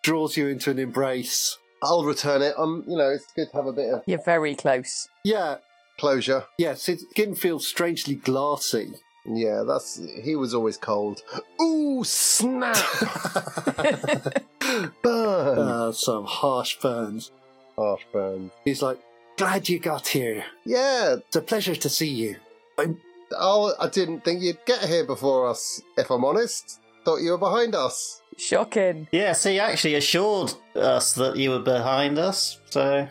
[SPEAKER 1] draws you into an embrace.
[SPEAKER 5] I'll return it. I'm, you know, it's good to have a bit of
[SPEAKER 2] You're very close.
[SPEAKER 1] Yeah,
[SPEAKER 5] closure.
[SPEAKER 1] yes, his skin feels strangely glassy.
[SPEAKER 5] Yeah, that's. He was always cold. Ooh, snap! burn!
[SPEAKER 1] Uh, some harsh burns.
[SPEAKER 5] Harsh burn.
[SPEAKER 1] He's like, Glad you got here.
[SPEAKER 5] Yeah,
[SPEAKER 1] It's a pleasure to see you.
[SPEAKER 5] oh, I didn't think you'd get here before us, if I'm honest. Thought you were behind us.
[SPEAKER 2] Shocking.
[SPEAKER 3] Yeah, so you actually assured us that you were behind us, so.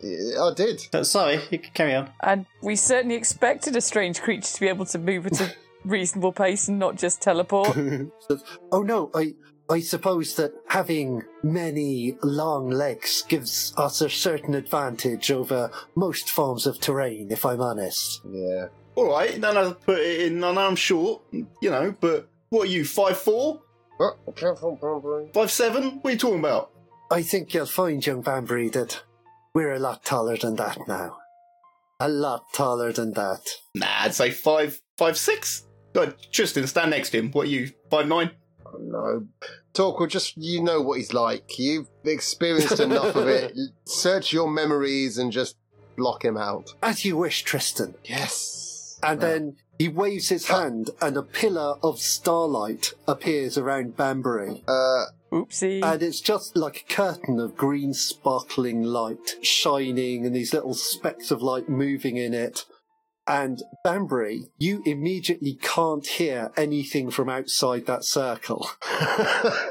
[SPEAKER 5] Yeah, I did.
[SPEAKER 3] but sorry, you can carry on.
[SPEAKER 2] And we certainly expected a strange creature to be able to move at a reasonable pace and not just teleport.
[SPEAKER 1] Oh no, I I suppose that having many long legs gives us a certain advantage over most forms of terrain, if I'm honest.
[SPEAKER 5] Yeah.
[SPEAKER 4] All right, then I put it in, and I'm short, you know. But what are you? Five four,
[SPEAKER 5] Well, careful, Bunbury.
[SPEAKER 4] five seven? What are you talking about?
[SPEAKER 1] I think you'll find, young Banbury, that We're a lot taller than that now. A lot taller than that.
[SPEAKER 4] Nah, I'd say five, five, six. God, Tristan, stand next to him. What are you, five nine?
[SPEAKER 5] Oh, no. Torquil, just you know what he's like. You've experienced enough of it. Search your memories and just block him out.
[SPEAKER 1] As you wish, Tristan.
[SPEAKER 5] Yes.
[SPEAKER 1] And
[SPEAKER 5] Yeah.
[SPEAKER 1] then he waves his hand, and a pillar of starlight appears around Banbury.
[SPEAKER 5] Uh,
[SPEAKER 2] Oopsie.
[SPEAKER 1] And it's just like a curtain of green, sparkling light shining, and these little specks of light moving in it. And Banbury, you immediately can't hear anything from outside that circle.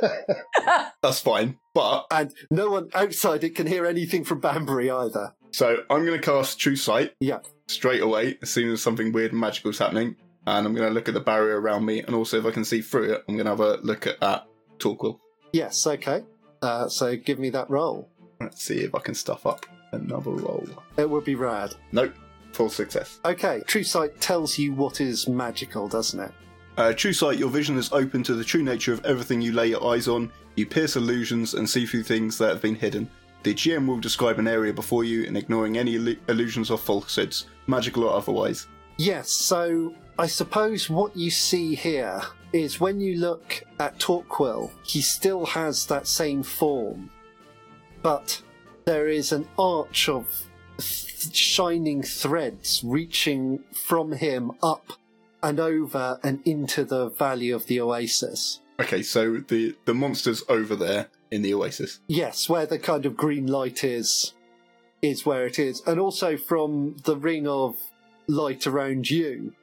[SPEAKER 4] That's fine. But
[SPEAKER 1] And no one outside it can hear anything from Banbury either.
[SPEAKER 4] so I'm going to cast True Sight
[SPEAKER 1] Yeah.
[SPEAKER 4] straight away as soon as something weird and magical is happening, and I'm going to look at the barrier around me, and also if I can see through it, I'm going to have a look at that Torquil.
[SPEAKER 1] Yes, okay. Uh, so give me that roll.
[SPEAKER 4] Let's see if I can stuff up another roll.
[SPEAKER 1] It would be rad.
[SPEAKER 4] Nope, full success.
[SPEAKER 1] Okay, True Sight tells you what is magical, doesn't it?
[SPEAKER 4] Uh, true sight, your vision is open to the true nature of everything you lay your eyes on. You pierce illusions and see through things that have been hidden. The GM will describe an area before you and ignoring any illu- illusions or falsehoods, magical or otherwise.
[SPEAKER 1] Yes, so I suppose what you see here is when you look at Torquil, he still has that same form, but there is an arch of th- shining threads reaching from him up and over and into the valley of the oasis.
[SPEAKER 4] Okay, so the, the monster's over there in the oasis.
[SPEAKER 1] Yes, where the kind of green light is, is where it is. And also from the ring of light around you,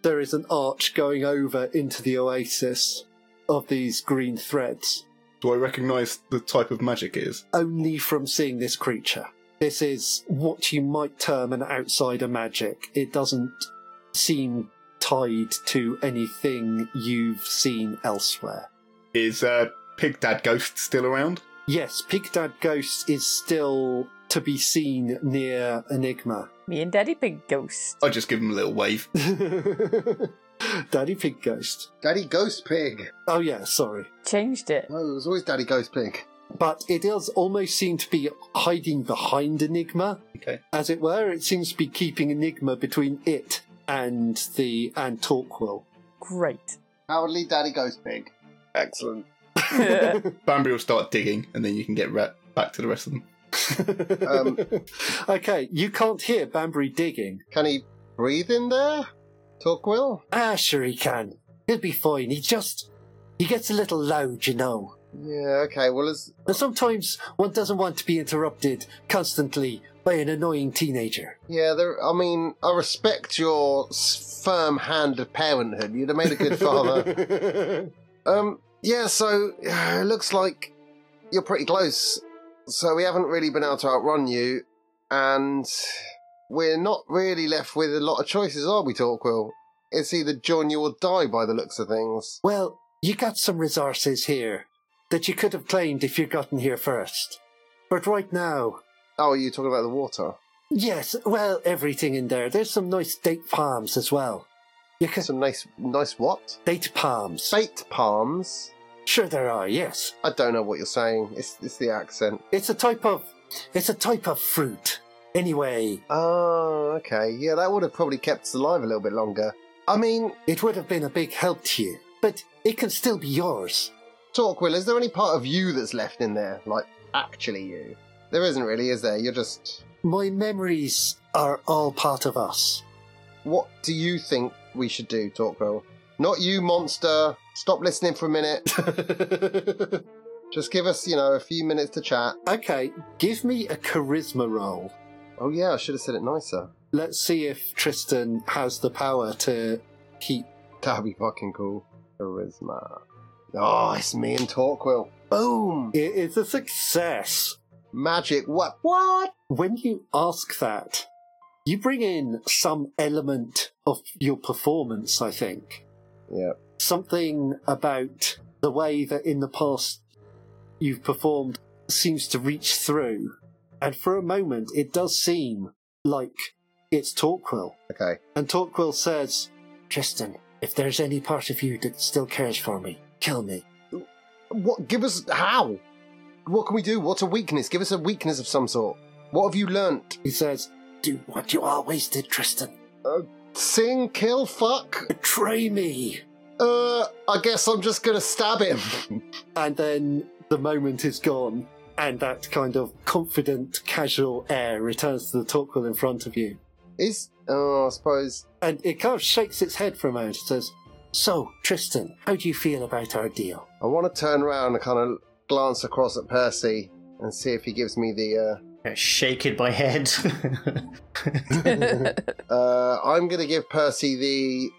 [SPEAKER 1] there is an arch going over into the oasis of these green threads,
[SPEAKER 4] Do I recognise the type of magic it is?
[SPEAKER 1] only from seeing this creature. This is what you might term an outsider magic. It doesn't seem tied to anything you've seen elsewhere.
[SPEAKER 4] Is uh, Pig Dad Ghost still around?
[SPEAKER 1] Yes, Pig Dad Ghost is still to be seen near Enigma.
[SPEAKER 2] Me and Daddy Big Ghost.
[SPEAKER 3] Uh,
[SPEAKER 4] I just give him a little wave.
[SPEAKER 1] Daddy Pig Ghost.
[SPEAKER 5] Daddy Ghost Pig.
[SPEAKER 1] Oh, yeah, sorry.
[SPEAKER 2] Changed it.
[SPEAKER 5] Well, it was always Daddy Ghost Pig.
[SPEAKER 1] But it does almost seem to be hiding behind Enigma,
[SPEAKER 4] Okay.
[SPEAKER 1] as it were. It seems to be keeping Enigma between it and the and Torquil.
[SPEAKER 2] Great.
[SPEAKER 5] Cowardly Daddy Ghost Pig. Excellent.
[SPEAKER 4] Bambi will start digging, and then you can get re- back to the rest of them.
[SPEAKER 5] Um,
[SPEAKER 1] okay, you can't hear Banbury digging.
[SPEAKER 5] Can he breathe in there? Torquil?
[SPEAKER 1] Ah, sure he can. He'll be fine. He just he gets a little loud, you know.
[SPEAKER 5] Yeah, okay. Well, it's,
[SPEAKER 1] And sometimes one doesn't want to be interrupted constantly by an annoying teenager.
[SPEAKER 5] yeah, there, I mean, I respect your s- firm hand of parenthood. You'd have made a good father. um, yeah, so it looks like you're pretty close. So we haven't really been able to outrun you, and we're not really left with a lot of choices, are we, Torquil? It's either join you or die by the looks of things.
[SPEAKER 1] Well, you got some resources here that you could have claimed if you'd gotten here first. But right now,
[SPEAKER 5] Oh, are you talking about the water?
[SPEAKER 1] yes, well, everything in there. There's some nice date palms as well. You can
[SPEAKER 5] Some nice, nice what?
[SPEAKER 1] date palms.
[SPEAKER 5] Baked palms.
[SPEAKER 1] Sure, there are. Yes,
[SPEAKER 5] I don't know what you're saying. It's it's the accent.
[SPEAKER 1] it's a type of, it's a type of fruit. Anyway,
[SPEAKER 5] Oh, okay. Yeah, that would have probably kept us alive a little bit longer. I mean,
[SPEAKER 1] it would have been a big help to you, but it can still be yours.
[SPEAKER 5] Torquil, is there any part of you that's left in there? Like, actually you? There isn't really, is there? You're just...
[SPEAKER 1] My memories are all part of us.
[SPEAKER 5] What do you think we should do, Torquil? Not you, monster. Stop listening for a minute. Just give us, you know, a few minutes to chat.
[SPEAKER 1] okay, give me a charisma roll.
[SPEAKER 5] Oh yeah, I should have said it nicer.
[SPEAKER 1] Let's see if Tristan has the power to keep.
[SPEAKER 5] That'd be fucking cool. Charisma. Oh, it's me and Torquil. Boom!
[SPEAKER 1] It is a success.
[SPEAKER 5] Magic. What? What?
[SPEAKER 1] When you ask that, you bring in some element of your performance, I think.
[SPEAKER 5] Yeah.
[SPEAKER 1] Something about the way that in the past you've performed seems to reach through. And for a moment, it does seem like it's Torquil.
[SPEAKER 5] Okay.
[SPEAKER 1] And Torquil says, Tristan, if there's any part of you that still cares for me, kill me.
[SPEAKER 5] What? Give us how? What can we do? What's a weakness? Give us a weakness of some sort. What have you learnt?
[SPEAKER 1] He says, Do what you always did, Tristan.
[SPEAKER 5] Sing, kill, fuck?
[SPEAKER 1] Betray me.
[SPEAKER 5] Uh, I guess I'm just gonna stab him.
[SPEAKER 1] And then the moment is gone, and that kind of confident, casual air returns to the Torquil in front of you.
[SPEAKER 5] Is. Oh, I suppose.
[SPEAKER 1] And it kind of shakes its head for a moment and says, So, Tristan, how do you feel about our deal?
[SPEAKER 5] I want to turn around and kind of glance across at Percy and see if he gives me the. Uh,
[SPEAKER 3] Yeah, Shaking my head.
[SPEAKER 5] uh, I'm gonna give Percy the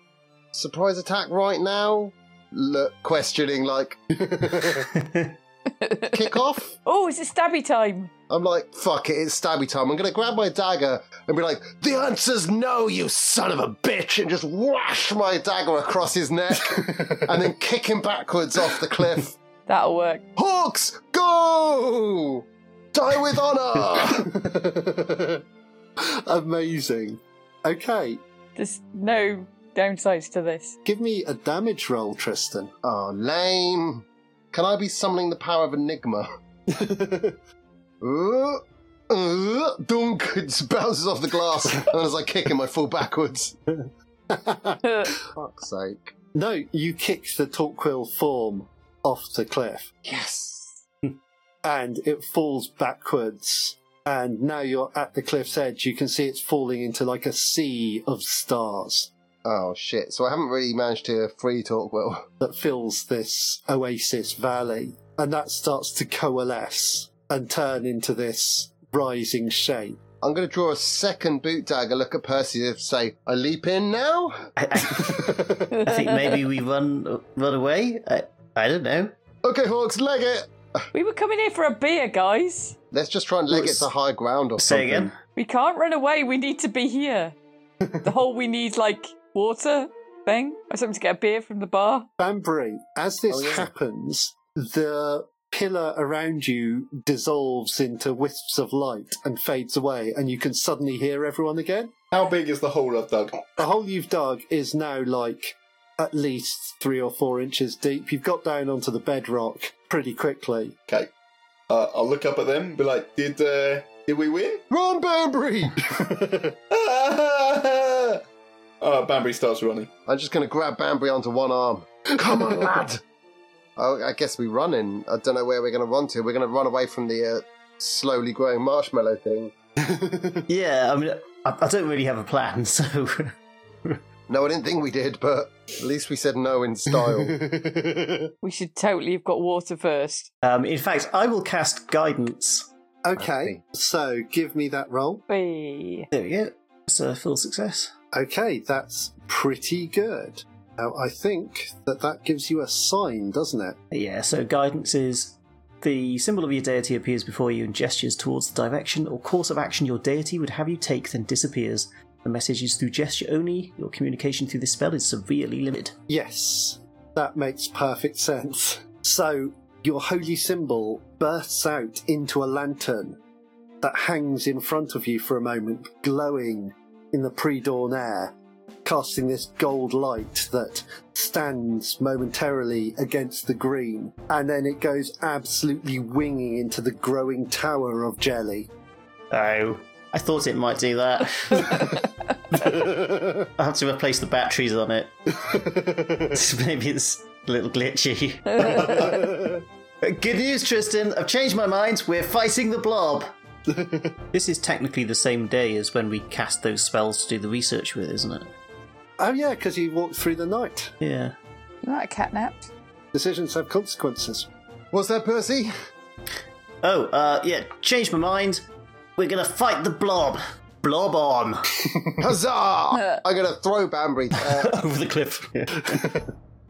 [SPEAKER 5] surprise attack right now. Look, questioning, like, kick off?
[SPEAKER 2] oh, is it stabby time?
[SPEAKER 5] I'm like, fuck it, it's stabby time. I'm gonna grab my dagger and be like, the answer's no, you son of a bitch, and just whash my dagger across his neck and then kick him backwards off the cliff.
[SPEAKER 2] That'll work.
[SPEAKER 5] Hawks, go! Die with honor!
[SPEAKER 1] Amazing. Okay,
[SPEAKER 2] There's no downsides to this.
[SPEAKER 1] give me a damage roll, Tristan.
[SPEAKER 5] oh, lame. Can I be summoning the power of Enigma? Uh, uh, dunk, it just bounces off the glass, and as I kick him, I fall backwards. Fuck's sake.
[SPEAKER 1] no, you kick the Torquil form off the cliff,
[SPEAKER 5] Yes!
[SPEAKER 1] and it falls backwards. And now you're at the cliff's edge. You can see it's falling into like a sea of stars.
[SPEAKER 5] Oh shit, so I haven't really managed to free talk well.
[SPEAKER 1] that fills this oasis valley, and that starts to coalesce and turn into this rising shape.
[SPEAKER 5] I'm going to draw a second boot dagger, look at Percy, and say, I leap in now?
[SPEAKER 3] I, I- I think maybe we run run away. I, I don't know.
[SPEAKER 5] Okay, Hawks, leg it!
[SPEAKER 2] we were coming here for a beer, guys.
[SPEAKER 5] Let's just try and leg
[SPEAKER 3] Let's-
[SPEAKER 5] it to high ground or
[SPEAKER 3] Say
[SPEAKER 5] something.
[SPEAKER 3] again.
[SPEAKER 2] We can't run away. We need to be here. the whole we need like water thing or something to get a beer from the bar.
[SPEAKER 1] Bambri, as this
[SPEAKER 5] Oh, yeah.
[SPEAKER 1] happens, the pillar around you dissolves into wisps of light and fades away, and you can suddenly hear everyone again.
[SPEAKER 4] How big is the hole I've dug?
[SPEAKER 1] The hole you've dug is now like at least three or four inches deep. You've got down onto the bedrock pretty quickly.
[SPEAKER 4] Okay. Uh, I'll look up at them and be like, did uh, did we win?
[SPEAKER 5] Ron Banbury!
[SPEAKER 4] Ah! uh, Banbury starts running.
[SPEAKER 5] I'm just going to grab Banbury onto one arm. Come on, lad! Oh, I guess we run in. I don't know where we're going to run to. We're going to run away from the uh, slowly growing marshmallow thing.
[SPEAKER 3] Yeah, I mean, I, I don't really have a plan, so
[SPEAKER 5] No, I didn't think we did, but at least we said no in style.
[SPEAKER 2] We should totally have got water first.
[SPEAKER 3] um, in fact, I will cast guidance.
[SPEAKER 1] Okay, so give me that roll.
[SPEAKER 2] Be
[SPEAKER 3] There we go. It's a full success.
[SPEAKER 1] Okay, that's pretty good. Now, I think that that gives you a sign, doesn't it?
[SPEAKER 3] Yeah, so guidance is the symbol of your deity appears before you and gestures towards the direction or course of action your deity would have you take, then disappears. The message is through gesture only. Your communication through this spell is severely limited.
[SPEAKER 1] Yes, that makes perfect sense. So, your holy symbol bursts out into a lantern that hangs in front of you for a moment, glowing in the pre dawn air, casting this gold light that stands momentarily against the green, and then it goes absolutely winging into the growing tower of jelly.
[SPEAKER 3] Oh, I thought it might do that. I have to replace the batteries on it. Maybe it's a little glitchy. Good news, Tristan. I've changed my mind. We're fighting the blob. this is technically the same day as when we cast those spells to do the research with, isn't it?
[SPEAKER 1] Oh yeah, because you walked through the night.
[SPEAKER 3] Yeah.
[SPEAKER 2] you like a catnap?
[SPEAKER 1] Decisions have consequences.
[SPEAKER 5] What's that, Percy?
[SPEAKER 3] Oh, uh, yeah, changed my mind. We're gonna fight the blob. Blob on.
[SPEAKER 5] Huzzah! I'm gonna throw Banbury. Uh,
[SPEAKER 3] Over the cliff.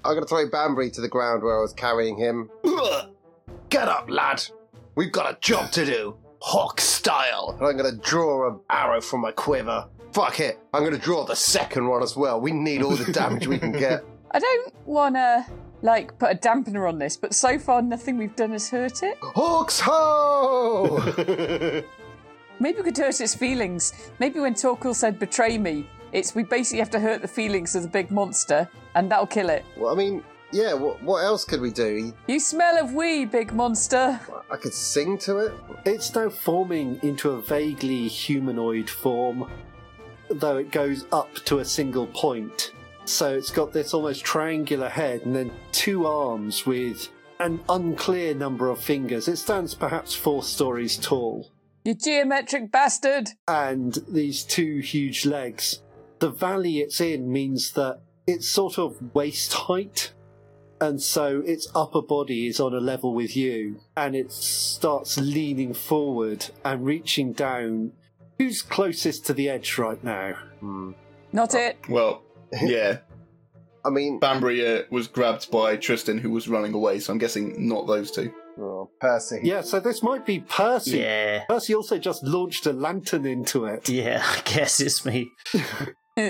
[SPEAKER 5] I'm gonna throw Banbury to the ground where I was carrying him. Get up, lad! We've got a job to do, hawk style. And I'm gonna draw an arrow from my quiver. Fuck it! I'm gonna draw the second one as well. We need all the damage we can get.
[SPEAKER 2] I don't want to like put a dampener on this, but so far nothing we've done has hurt it.
[SPEAKER 5] Hawks ho!
[SPEAKER 2] Maybe we could hurt its feelings. Maybe when Torquil said betray me, it's we basically have to hurt the feelings of the big monster, and that'll kill it.
[SPEAKER 5] well, I mean, yeah, what, what else could we do?
[SPEAKER 2] You smell of wee, big monster.
[SPEAKER 5] I could sing to it.
[SPEAKER 1] It's now forming into a vaguely humanoid form, though it goes up to a single point. So it's got this almost triangular head and then two arms with an unclear number of fingers. It stands perhaps four stories tall.
[SPEAKER 2] You geometric bastard.
[SPEAKER 1] and these two huge legs. The valley it's in means that it's sort of waist height, and so its upper body is on a level with you, and it starts leaning forward and reaching down. Who's closest to the edge right now?
[SPEAKER 5] Hmm.
[SPEAKER 2] Not it.
[SPEAKER 4] Well, yeah.
[SPEAKER 5] I mean,
[SPEAKER 4] Bambry uh, was grabbed by Tristan, who was running away, so I'm guessing not those two.
[SPEAKER 5] oh, Percy.
[SPEAKER 1] Yeah, so this might be Percy.
[SPEAKER 3] Yeah.
[SPEAKER 1] Percy also just launched a lantern into it.
[SPEAKER 3] Yeah, I guess it's me.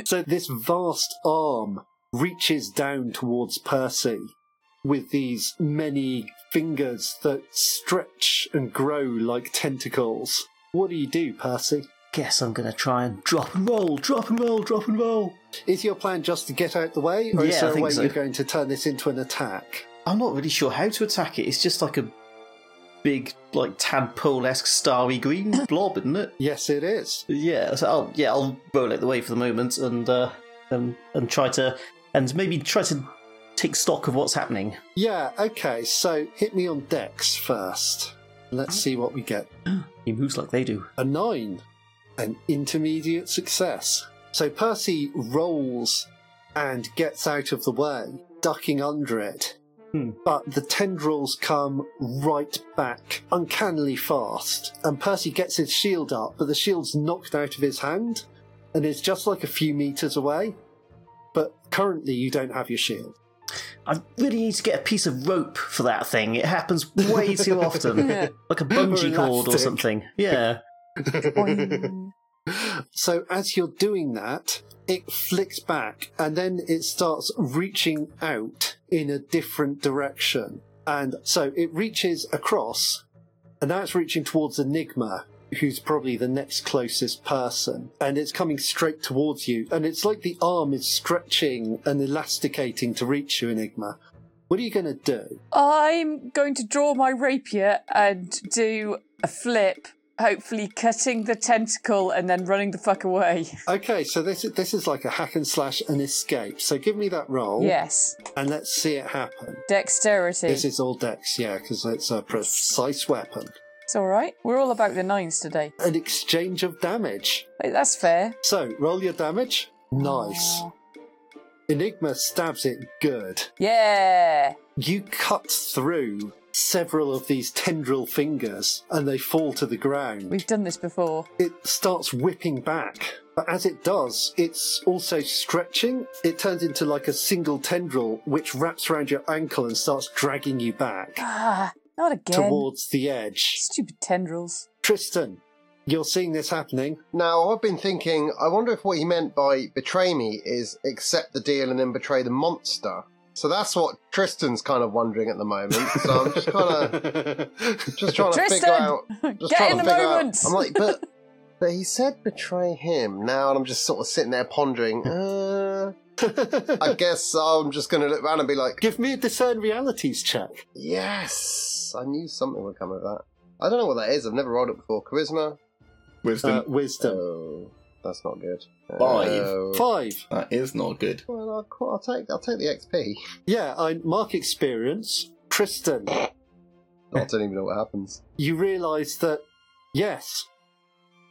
[SPEAKER 1] So this vast arm reaches down towards Percy with these many fingers that stretch and grow like tentacles. What do you do, Percy?
[SPEAKER 3] Guess I'm gonna try and drop and roll, drop and roll, drop and roll.
[SPEAKER 1] Is your plan just to get out the way, or
[SPEAKER 3] Yeah,
[SPEAKER 1] is
[SPEAKER 3] I
[SPEAKER 1] there a
[SPEAKER 3] think
[SPEAKER 1] way
[SPEAKER 3] so.
[SPEAKER 1] you're going to turn this into an attack?
[SPEAKER 3] I'm not really sure how to attack it. It's just like a big, like tadpole-esque starry green blob, isn't it?
[SPEAKER 1] Yes, it is.
[SPEAKER 3] Yeah, so I'll yeah I'll roll out the way for the moment and uh, um, and try to and maybe try to take stock of what's happening.
[SPEAKER 1] Yeah, okay, so hit me on Dex first. Let's see what we get.
[SPEAKER 3] He moves like they do.
[SPEAKER 1] a nine, an intermediate success. So Percy rolls and gets out of the way, ducking under it.
[SPEAKER 3] Hmm.
[SPEAKER 1] But the tendrils come right back, uncannily fast, and Percy gets his shield up, but the shield's knocked out of his hand and is just like a few meters away. But currently, you don't have your shield.
[SPEAKER 3] I really need to get a piece of rope for that thing. It happens way too often,
[SPEAKER 2] Yeah.
[SPEAKER 3] like a bungee
[SPEAKER 1] Or
[SPEAKER 3] cord or
[SPEAKER 1] elastic.
[SPEAKER 3] something. Yeah.
[SPEAKER 2] Boing.
[SPEAKER 1] So as you're doing that, it flicks back and then it starts reaching out in a different direction. And so it reaches across and now it's reaching towards Enigma, who's probably the next closest person. And it's coming straight towards you. And it's like the arm is stretching and elasticating to reach you, Enigma. What are you going to do?
[SPEAKER 2] I'm going to draw my rapier and do a flip, hopefully cutting the tentacle and then running the fuck away.
[SPEAKER 1] Okay, so this is, this is like a hack and slash and escape. So give me that roll
[SPEAKER 2] Yes.
[SPEAKER 1] and let's see it happen.
[SPEAKER 2] Dexterity.
[SPEAKER 1] This is all dex, yeah, because it's a precise weapon.
[SPEAKER 2] It's all right. We're all about the nines today.
[SPEAKER 1] An exchange of damage.
[SPEAKER 2] Hey, That's fair.
[SPEAKER 1] So, roll your damage. Nice. Enigma stabs it good.
[SPEAKER 2] Yeah.
[SPEAKER 1] You cut through several of these tendril fingers and they fall to the ground.
[SPEAKER 2] We've done this before.
[SPEAKER 1] It starts whipping back, but as it does, it's also stretching. It turns into like a single tendril which wraps around your ankle and starts dragging you back
[SPEAKER 2] Ah, not again.
[SPEAKER 1] towards the edge.
[SPEAKER 2] Stupid tendrils.
[SPEAKER 1] Tristan, you're seeing this happening.
[SPEAKER 5] Now, I've been thinking, I wonder if what he meant by betray me is accept the deal and then betray the monster. So that's what Tristan's kind of wondering at the moment. So I'm just kind of just trying to figure
[SPEAKER 2] Tristan!
[SPEAKER 5] out. Just
[SPEAKER 2] Get
[SPEAKER 5] trying
[SPEAKER 2] in the
[SPEAKER 5] to figure out-
[SPEAKER 2] moment!
[SPEAKER 5] I'm like, but but he said betray him now, and I'm just sort of sitting there pondering. Uh, I guess I'm just going to look around and be like,
[SPEAKER 1] Give me a discern realities check.
[SPEAKER 5] yes, I knew something would come of that. I don't know what that is. I've never rolled it before. Charisma.
[SPEAKER 4] Wisdom.
[SPEAKER 1] Uh, wisdom.
[SPEAKER 5] Oh, that's not good.
[SPEAKER 4] Five.
[SPEAKER 5] Oh.
[SPEAKER 1] Five.
[SPEAKER 4] that is not good.
[SPEAKER 5] Well, I'll, qu- I'll take I'll take the XP.
[SPEAKER 1] Yeah, I mark experience. Tristan,
[SPEAKER 5] I don't even know what happens.
[SPEAKER 1] you realise that, yes,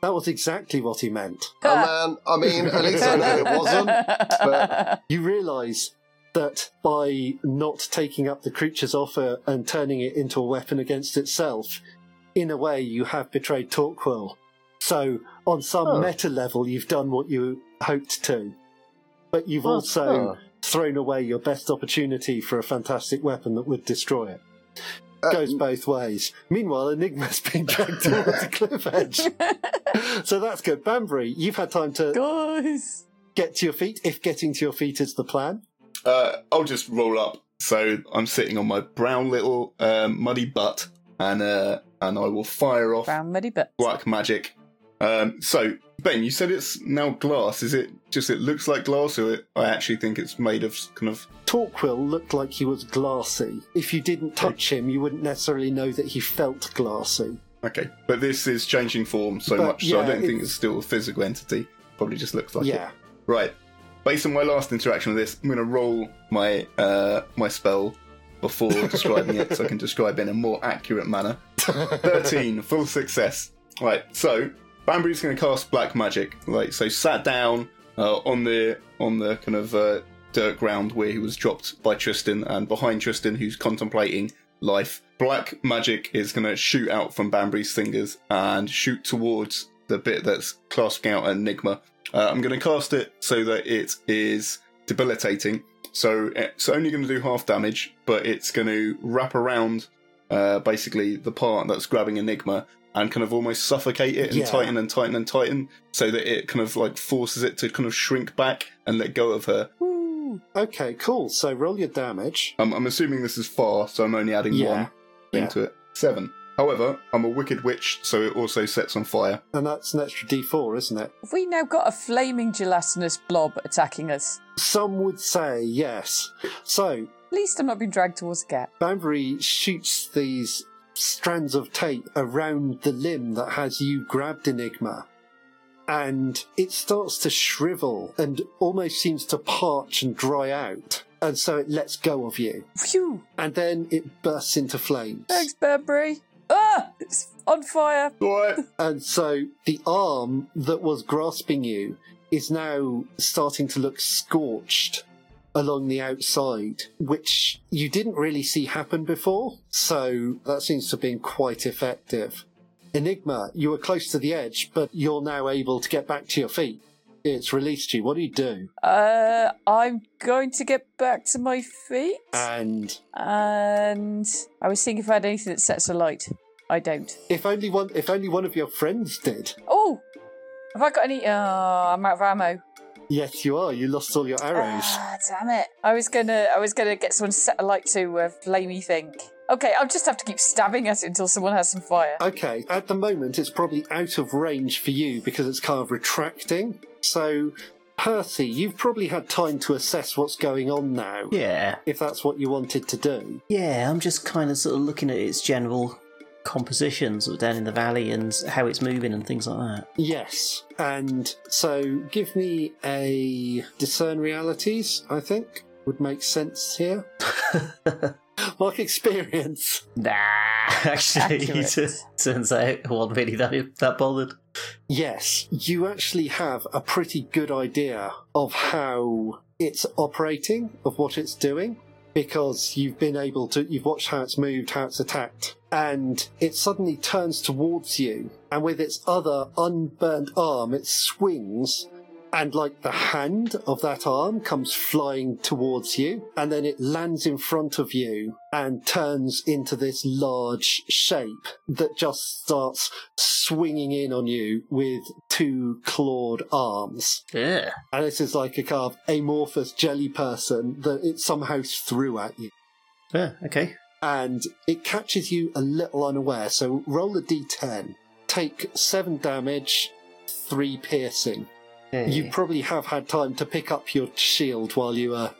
[SPEAKER 1] that was exactly what he meant.
[SPEAKER 5] oh
[SPEAKER 2] Ah.
[SPEAKER 5] man, I mean, at least I know it wasn't. but-
[SPEAKER 1] You realise that by not taking up the creature's offer and turning it into a weapon against itself, in a way, you have betrayed Torquil. So, on some
[SPEAKER 5] Oh.
[SPEAKER 1] meta level, you've done what you hoped to. But you've
[SPEAKER 5] Oh,
[SPEAKER 1] also.
[SPEAKER 5] oh.
[SPEAKER 1] thrown away your best opportunity for a fantastic weapon that would destroy it.
[SPEAKER 5] Uh,
[SPEAKER 1] Goes both ways. Meanwhile, Enigma's been dragged towards a cliff edge. so that's good. Banbury, you've had time to
[SPEAKER 2] Guys.
[SPEAKER 1] get to your feet, if getting to your feet is the plan.
[SPEAKER 4] Uh, I'll just roll up. So I'm sitting on my brown little um, muddy butt, and uh, and I will fire off
[SPEAKER 2] Brown muddy bits.
[SPEAKER 4] black magic. Um, so Ben, you said it's now glass. Is it Just it looks like glass, so it, I actually think it's made of s- kind of.
[SPEAKER 1] Torquil looked like he was glassy. If you didn't touch him, you wouldn't necessarily know that he felt glassy.
[SPEAKER 4] Okay, but this is changing form so
[SPEAKER 1] But,
[SPEAKER 4] much, so I
[SPEAKER 1] yeah,
[SPEAKER 4] don't think
[SPEAKER 1] it's-
[SPEAKER 4] it's still a physical entity. Probably just looks like it.
[SPEAKER 1] yeah.
[SPEAKER 4] Right. Based on my last interaction with this, I'm going to roll my uh, my spell before describing it, so I can describe it in a more accurate manner. Thirteen, full success. Right. So Bambury's going to cast black magic. Like so, sat down uh, on the on the kind of uh, dirt ground where he was dropped by Tristan, and behind Tristan, who's contemplating life. Black magic is going to shoot out from Bambury's fingers and shoot towards the bit that's clasping out Enigma. Uh, I'm going to cast it so that it is debilitating. So it's only going to do half damage, but it's going to wrap around uh, basically the part that's grabbing Enigma and kind of almost suffocate it and
[SPEAKER 1] Yeah.
[SPEAKER 4] tighten and tighten and tighten so that it kind of like forces it to kind of shrink back and let go of her.
[SPEAKER 2] Woo.
[SPEAKER 1] Okay, cool. So roll your damage.
[SPEAKER 4] I'm, I'm assuming this is far, so I'm only adding
[SPEAKER 1] Yeah.
[SPEAKER 4] one
[SPEAKER 1] Yeah.
[SPEAKER 4] into it. Seven. However, I'm a wicked witch, so it also sets on fire.
[SPEAKER 1] And that's an extra d4, isn't it?
[SPEAKER 2] Have we now got a flaming gelatinous blob attacking us?
[SPEAKER 1] Some would say yes. So
[SPEAKER 2] At least I'm not being dragged towards a gap.
[SPEAKER 1] Banbury shoots these strands of tape around the limb that has you grabbed Enigma, and it starts to shrivel and almost seems to parch and dry out, and so it lets go of you,
[SPEAKER 2] Phew!
[SPEAKER 1] and then it bursts into flames.
[SPEAKER 2] Thanks, Burberry. Ah! It's on fire.
[SPEAKER 4] Right.
[SPEAKER 1] And so the arm that was grasping you is now starting to look scorched along the outside, which you didn't really see happen before. So that seems to have been quite effective. Enigma, you were close to the edge, but you're now able to get back to your feet. It's released you. What do you do?
[SPEAKER 2] Uh, I'm going to get back to my feet.
[SPEAKER 1] And
[SPEAKER 2] And I was thinking if I had anything that sets a light. I don't.
[SPEAKER 1] if only one, if only one of your friends did.
[SPEAKER 2] Oh! Have I got any? Oh, I'm out of ammo.
[SPEAKER 1] Yes, you are. You lost all your arrows.
[SPEAKER 2] Ah, damn it! I was gonna, I was gonna get someone to set a light to uh, a flamey thing. Okay, I'll just have to keep stabbing at it until someone has some fire.
[SPEAKER 1] Okay, at the moment it's probably out of range for you because it's kind of retracting. So, Percy, you've probably had time to assess what's going on now,
[SPEAKER 3] Yeah.
[SPEAKER 1] if that's what you wanted to do.
[SPEAKER 3] Yeah, I'm just kind of sort of looking at its general compositions sort of down in the valley and how it's moving and things like that.
[SPEAKER 1] Yes, and so give me a discern realities, I think would make sense here. like experience.
[SPEAKER 3] Nah, actually,
[SPEAKER 2] Accurate.
[SPEAKER 3] turns out I wasn't really that, that bothered.
[SPEAKER 1] Yes, you actually have a pretty good idea of how it's operating, of what it's doing, because you've been able to, you've watched how it's moved, how it's attacked, and it suddenly turns towards you, and with its other unburnt arm, it swings. And like the hand of that arm comes flying towards you, and then it lands in front of you and turns into this large shape that just starts swinging in on you with two clawed arms.
[SPEAKER 3] Yeah.
[SPEAKER 1] And this is like a kind of amorphous jelly person that it somehow threw at you.
[SPEAKER 3] Yeah, okay.
[SPEAKER 1] And it catches you a little unaware, so roll a d10. Take 7 damage, 3 piercing. You
[SPEAKER 3] Yeah.
[SPEAKER 1] probably have had time to pick up your shield while you were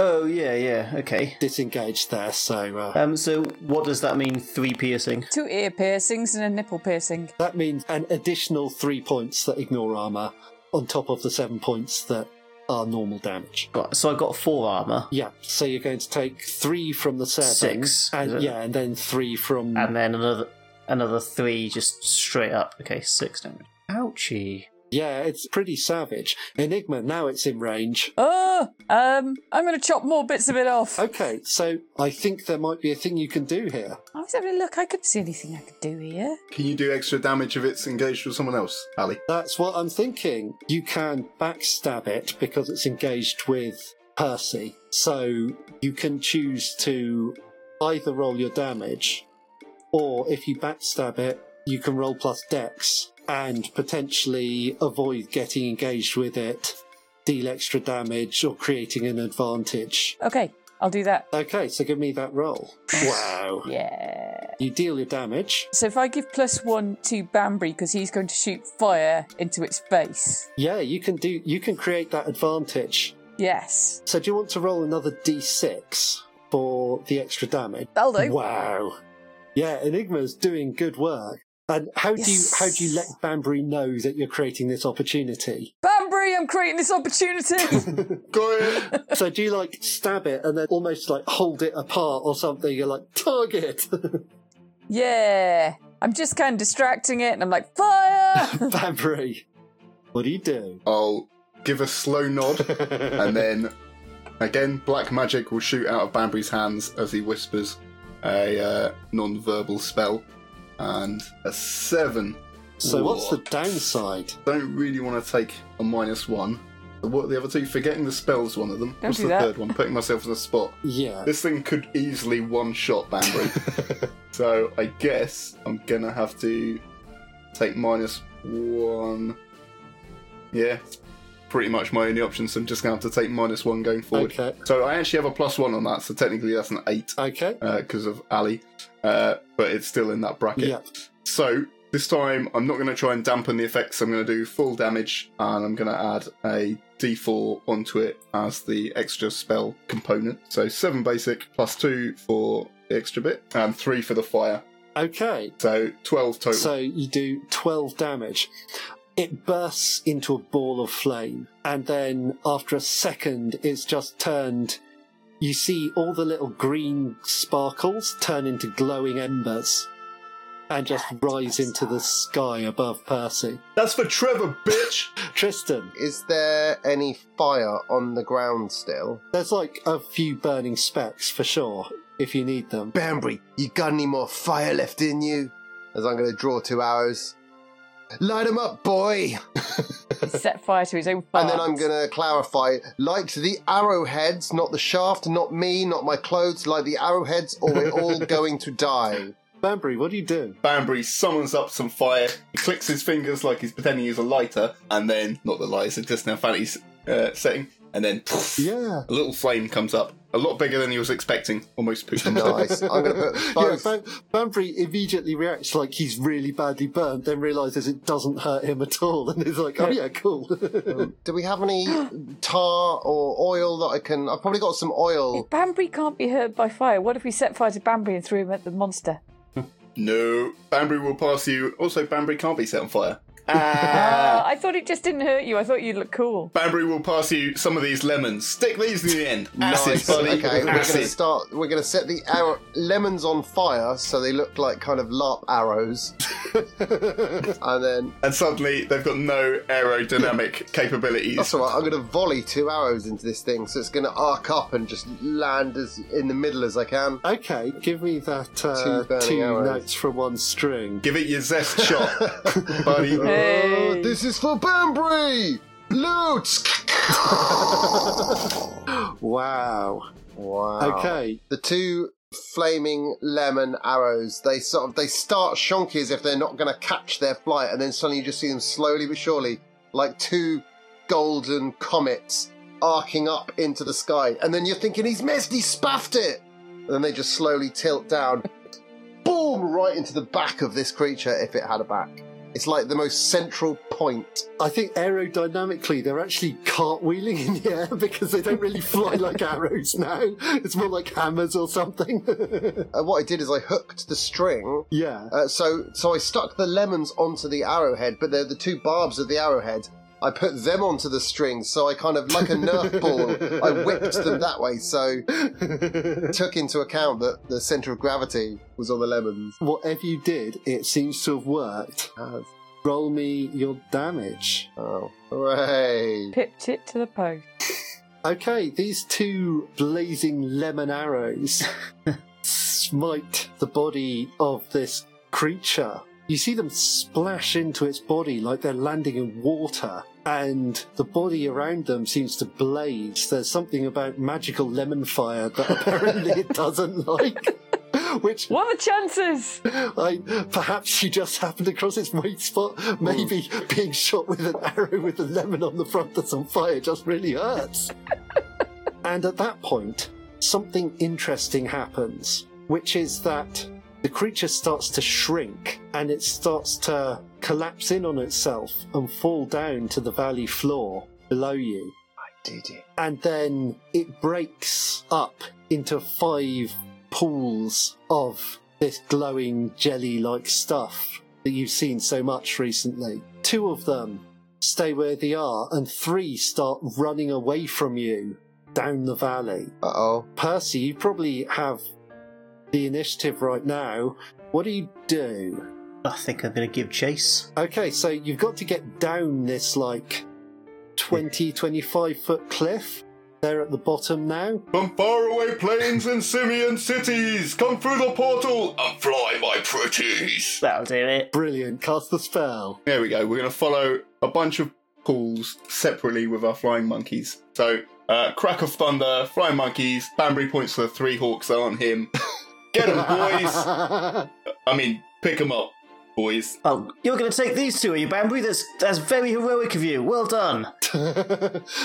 [SPEAKER 3] oh, yeah, yeah, okay.
[SPEAKER 1] disengaged there, so uh,
[SPEAKER 3] Um, so what does that mean, three piercing?
[SPEAKER 2] Two ear piercings and a nipple piercing.
[SPEAKER 1] that means an additional 3 points that ignore armour on top of the 7 points that are normal damage.
[SPEAKER 3] Got- So I've got four armour.
[SPEAKER 1] Yeah, so you're going to take three from the seven,
[SPEAKER 3] Six, is it?
[SPEAKER 1] and yeah, and then three from.
[SPEAKER 3] and then another another three just straight up. Okay, six damage. Ouchie.
[SPEAKER 1] yeah, it's pretty savage. Enigma now it's in range.
[SPEAKER 2] Oh, um, I'm gonna chop more bits of it off.
[SPEAKER 1] Okay, so I think there might be a thing you can do here.
[SPEAKER 2] I was having a look. I couldn't see anything I could do here.
[SPEAKER 4] Can you do extra damage if it's engaged with someone else, Ali?
[SPEAKER 1] That's what I'm thinking. You can backstab it because it's engaged with Percy, so you can choose to either roll your damage, or if you backstab it, you can roll plus Dex and potentially avoid getting engaged with it, deal extra damage, or creating an advantage.
[SPEAKER 2] Okay, I'll do that.
[SPEAKER 1] Okay, so give me that roll. Wow.
[SPEAKER 2] Yeah.
[SPEAKER 1] You deal your damage.
[SPEAKER 2] So if I give plus one to Bambury because he's going to shoot fire into its face.
[SPEAKER 1] Yeah, you can do. You can create that advantage.
[SPEAKER 2] Yes.
[SPEAKER 1] So do you want to roll another d6 for the extra damage?
[SPEAKER 2] That'll do.
[SPEAKER 1] Wow. Yeah, Enigma's doing good work. And how do you
[SPEAKER 2] Yes.
[SPEAKER 1] how do you let Banbury know that you're creating this opportunity?
[SPEAKER 2] Bambury, I'm creating this opportunity.
[SPEAKER 4] Go ahead.
[SPEAKER 1] so do you like stab it and then almost like hold it apart or something? You're like target.
[SPEAKER 2] yeah. I'm just kind of distracting it and I'm like, fire!
[SPEAKER 1] Banbury, what do you do?
[SPEAKER 4] I'll give a slow nod, and then again, black magic will shoot out of Banbury's hands as he whispers a uh, non-verbal spell, and a seven.
[SPEAKER 1] So what's the
[SPEAKER 4] What?
[SPEAKER 1] downside?
[SPEAKER 4] Don't really want to take a minus one. What are the other two? Forgetting the spells, one of them.
[SPEAKER 2] Don't
[SPEAKER 4] What's
[SPEAKER 2] do
[SPEAKER 4] the
[SPEAKER 2] that.
[SPEAKER 4] third one? Putting myself in a spot.
[SPEAKER 1] Yeah.
[SPEAKER 4] This thing could easily one shot Banbury. so I guess I'm gonna have to take minus one. Yeah, it's pretty much my only option, so I'm just gonna have to take minus one going forward.
[SPEAKER 1] Okay.
[SPEAKER 4] So I actually have a plus one on that, so technically that's an eight
[SPEAKER 1] Okay.
[SPEAKER 4] because of Ali, uh, but it's still in that bracket.
[SPEAKER 1] Yeah.
[SPEAKER 4] So this time I'm not going to try and dampen the effects. I'm going to do full damage, and I'm going to add a D4 onto it as the extra spell component. So seven basic plus two for the extra bit, and three for the fire.
[SPEAKER 1] Okay.
[SPEAKER 4] So twelve total.
[SPEAKER 1] So you do 12 damage. It bursts into a ball of flame, and then after a second, it's just turned. You see all the little green sparkles turn into glowing embers and just rise into the sky above Percy.
[SPEAKER 4] That's for Trevor, bitch.
[SPEAKER 1] Tristan,
[SPEAKER 5] Is there any fire on the ground still?
[SPEAKER 1] there's like a few burning specks for sure, if you need them.
[SPEAKER 5] Bambury, you got any more fire left in you? As I'm going to draw two arrows. Light 'em up, boy!
[SPEAKER 2] Set fire to his own fire.
[SPEAKER 5] And then I'm going to clarify light the arrowheads, not the shaft, not me, not my clothes, light the arrowheads, or we're all going to die.
[SPEAKER 1] Banbury, what do you do?
[SPEAKER 4] Banbury summons up some fire. He clicks his fingers like he's pretending he's a lighter, and then not the lighter, just now fanny uh, setting, and then poof,
[SPEAKER 1] Yeah.
[SPEAKER 4] a little flame comes up, a lot bigger than he was expecting. Almost pooped himself.
[SPEAKER 5] Nice. I'm going to put both.
[SPEAKER 1] Yeah, Ban- Banbury immediately reacts like he's really badly burned, then realizes it doesn't hurt him at all, and is like, "Oh yeah, cool."
[SPEAKER 5] Do we have any tar or oil that I can? I've probably got some oil.
[SPEAKER 2] Bambury can't be hurt by fire. What if we set fire to Bambury and threw him at the monster?
[SPEAKER 4] No, Banbury will pass you. Also, Banbury can't be set on fire. Uh,
[SPEAKER 2] Ah, I thought it just didn't hurt you. I thought you looked cool.
[SPEAKER 4] Banbury will pass you some of these lemons. Stick these in the end. Acid,
[SPEAKER 5] Nice.
[SPEAKER 4] buddy.
[SPEAKER 5] Okay, we're going to
[SPEAKER 4] Acid.
[SPEAKER 5] start. We're going to set the arrow- lemons on fire so they look like kind of LARP arrows. and then
[SPEAKER 4] And suddenly, they've got no aerodynamic
[SPEAKER 5] that's
[SPEAKER 4] capabilities.
[SPEAKER 5] all right. I'm going to volley two arrows into this thing, so it's going to arc up and just land as in the middle as I can.
[SPEAKER 1] okay, give me that uh,
[SPEAKER 5] Two burning
[SPEAKER 1] two,
[SPEAKER 5] arrows.
[SPEAKER 1] notes from one string.
[SPEAKER 4] Give it your zest shot, buddy.
[SPEAKER 2] Hey.
[SPEAKER 5] Oh, this is for Banbury. Loot.
[SPEAKER 1] Wow.
[SPEAKER 5] wow.
[SPEAKER 1] Okay.
[SPEAKER 5] the two flaming lemon arrows they sort of they start shonky as if they're not going to catch their flight and then suddenly you just see them slowly but surely like two golden comets arcing up into the sky and then you're thinking he's missed he's spaffed it and then they just slowly tilt down boom right into the back of this creature if it had a back it's like the most central point
[SPEAKER 1] I think aerodynamically they're actually cartwheeling in the air because they don't really fly like arrows now. It's more like hammers or something.
[SPEAKER 5] and what i did is i hooked the string
[SPEAKER 1] yeah.
[SPEAKER 5] Uh, so, so I stuck the lemons onto the arrowhead, but they're the two barbs of the arrowhead. I put them onto the string, so I kind of like a nerf ball. I whipped them that way, so took into account that the center of gravity was on the lemons.
[SPEAKER 1] Whatever you did, it seems to have worked.
[SPEAKER 5] Oh,
[SPEAKER 1] Roll me your damage.
[SPEAKER 5] oh, hooray!
[SPEAKER 2] Pipped it to the post.
[SPEAKER 1] Okay, these two blazing lemon arrows smite the body of this creature. You see them splash into its body like they're landing in water, and the body around them seems to blaze. There's something about magical lemon fire that apparently it doesn't like. Which
[SPEAKER 2] What are the chances?
[SPEAKER 1] I, perhaps you just happened across its weight spot. Maybe being shot with an arrow with a lemon on the front that's on fire just really hurts. and at that point, something interesting happens, which is that the creature starts to shrink and it starts to collapse in on itself and fall down to the valley floor below you
[SPEAKER 5] Did it?
[SPEAKER 1] and then it breaks up into five pools of this glowing jelly like stuff that you've seen so much recently. Two of them stay where they are, and three start running away from you down the valley.
[SPEAKER 5] Uh oh.
[SPEAKER 1] Percy, you probably have the initiative right now. What do you do?
[SPEAKER 3] I think I'm going to give chase.
[SPEAKER 1] Okay, so you've got to get down this like 20, 25 foot cliff. They're at the bottom now.
[SPEAKER 4] From faraway plains and simian cities, come through the portal and fly, my pretties.
[SPEAKER 3] That'll do it.
[SPEAKER 1] Brilliant, cast the spell.
[SPEAKER 4] There we go. We're going to follow a bunch of pools separately with our flying monkeys. So, uh, crack of thunder, flying monkeys. Banbury points to the three hawks that aren't him. Get 'em, boys. I mean, pick 'em up, boys.
[SPEAKER 3] Oh, you're going to take these two, are you, Bambury? That's that's very heroic of you. Well done.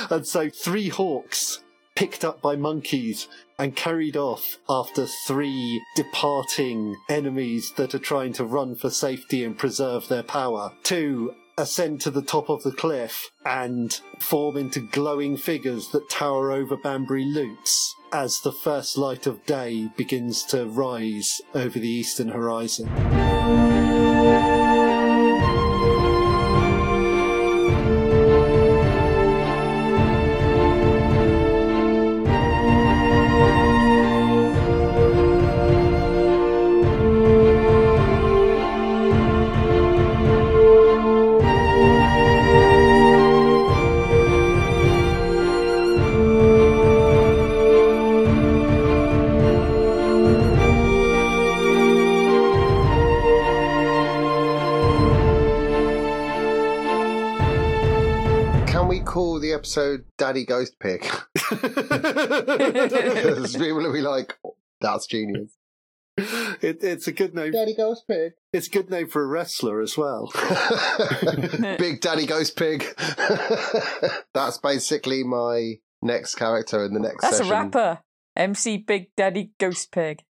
[SPEAKER 1] and so three hawks picked up by monkeys and carried off after three departing enemies that are trying to run for safety and preserve their power. Two ascend to the top of the cliff and form into glowing figures that tower over Banbury Loots as the first light of day begins to rise over the eastern horizon.
[SPEAKER 5] Can we call the episode Daddy Ghost Pig? Because people will be like, that's genius.
[SPEAKER 1] It, it's a good name.
[SPEAKER 5] Daddy Ghost Pig.
[SPEAKER 1] It's a good name for a wrestler as well.
[SPEAKER 5] Big Daddy Ghost Pig. that's basically my next character in the next
[SPEAKER 2] That's a
[SPEAKER 5] session.
[SPEAKER 2] rapper. MC Big Daddy Ghost Pig.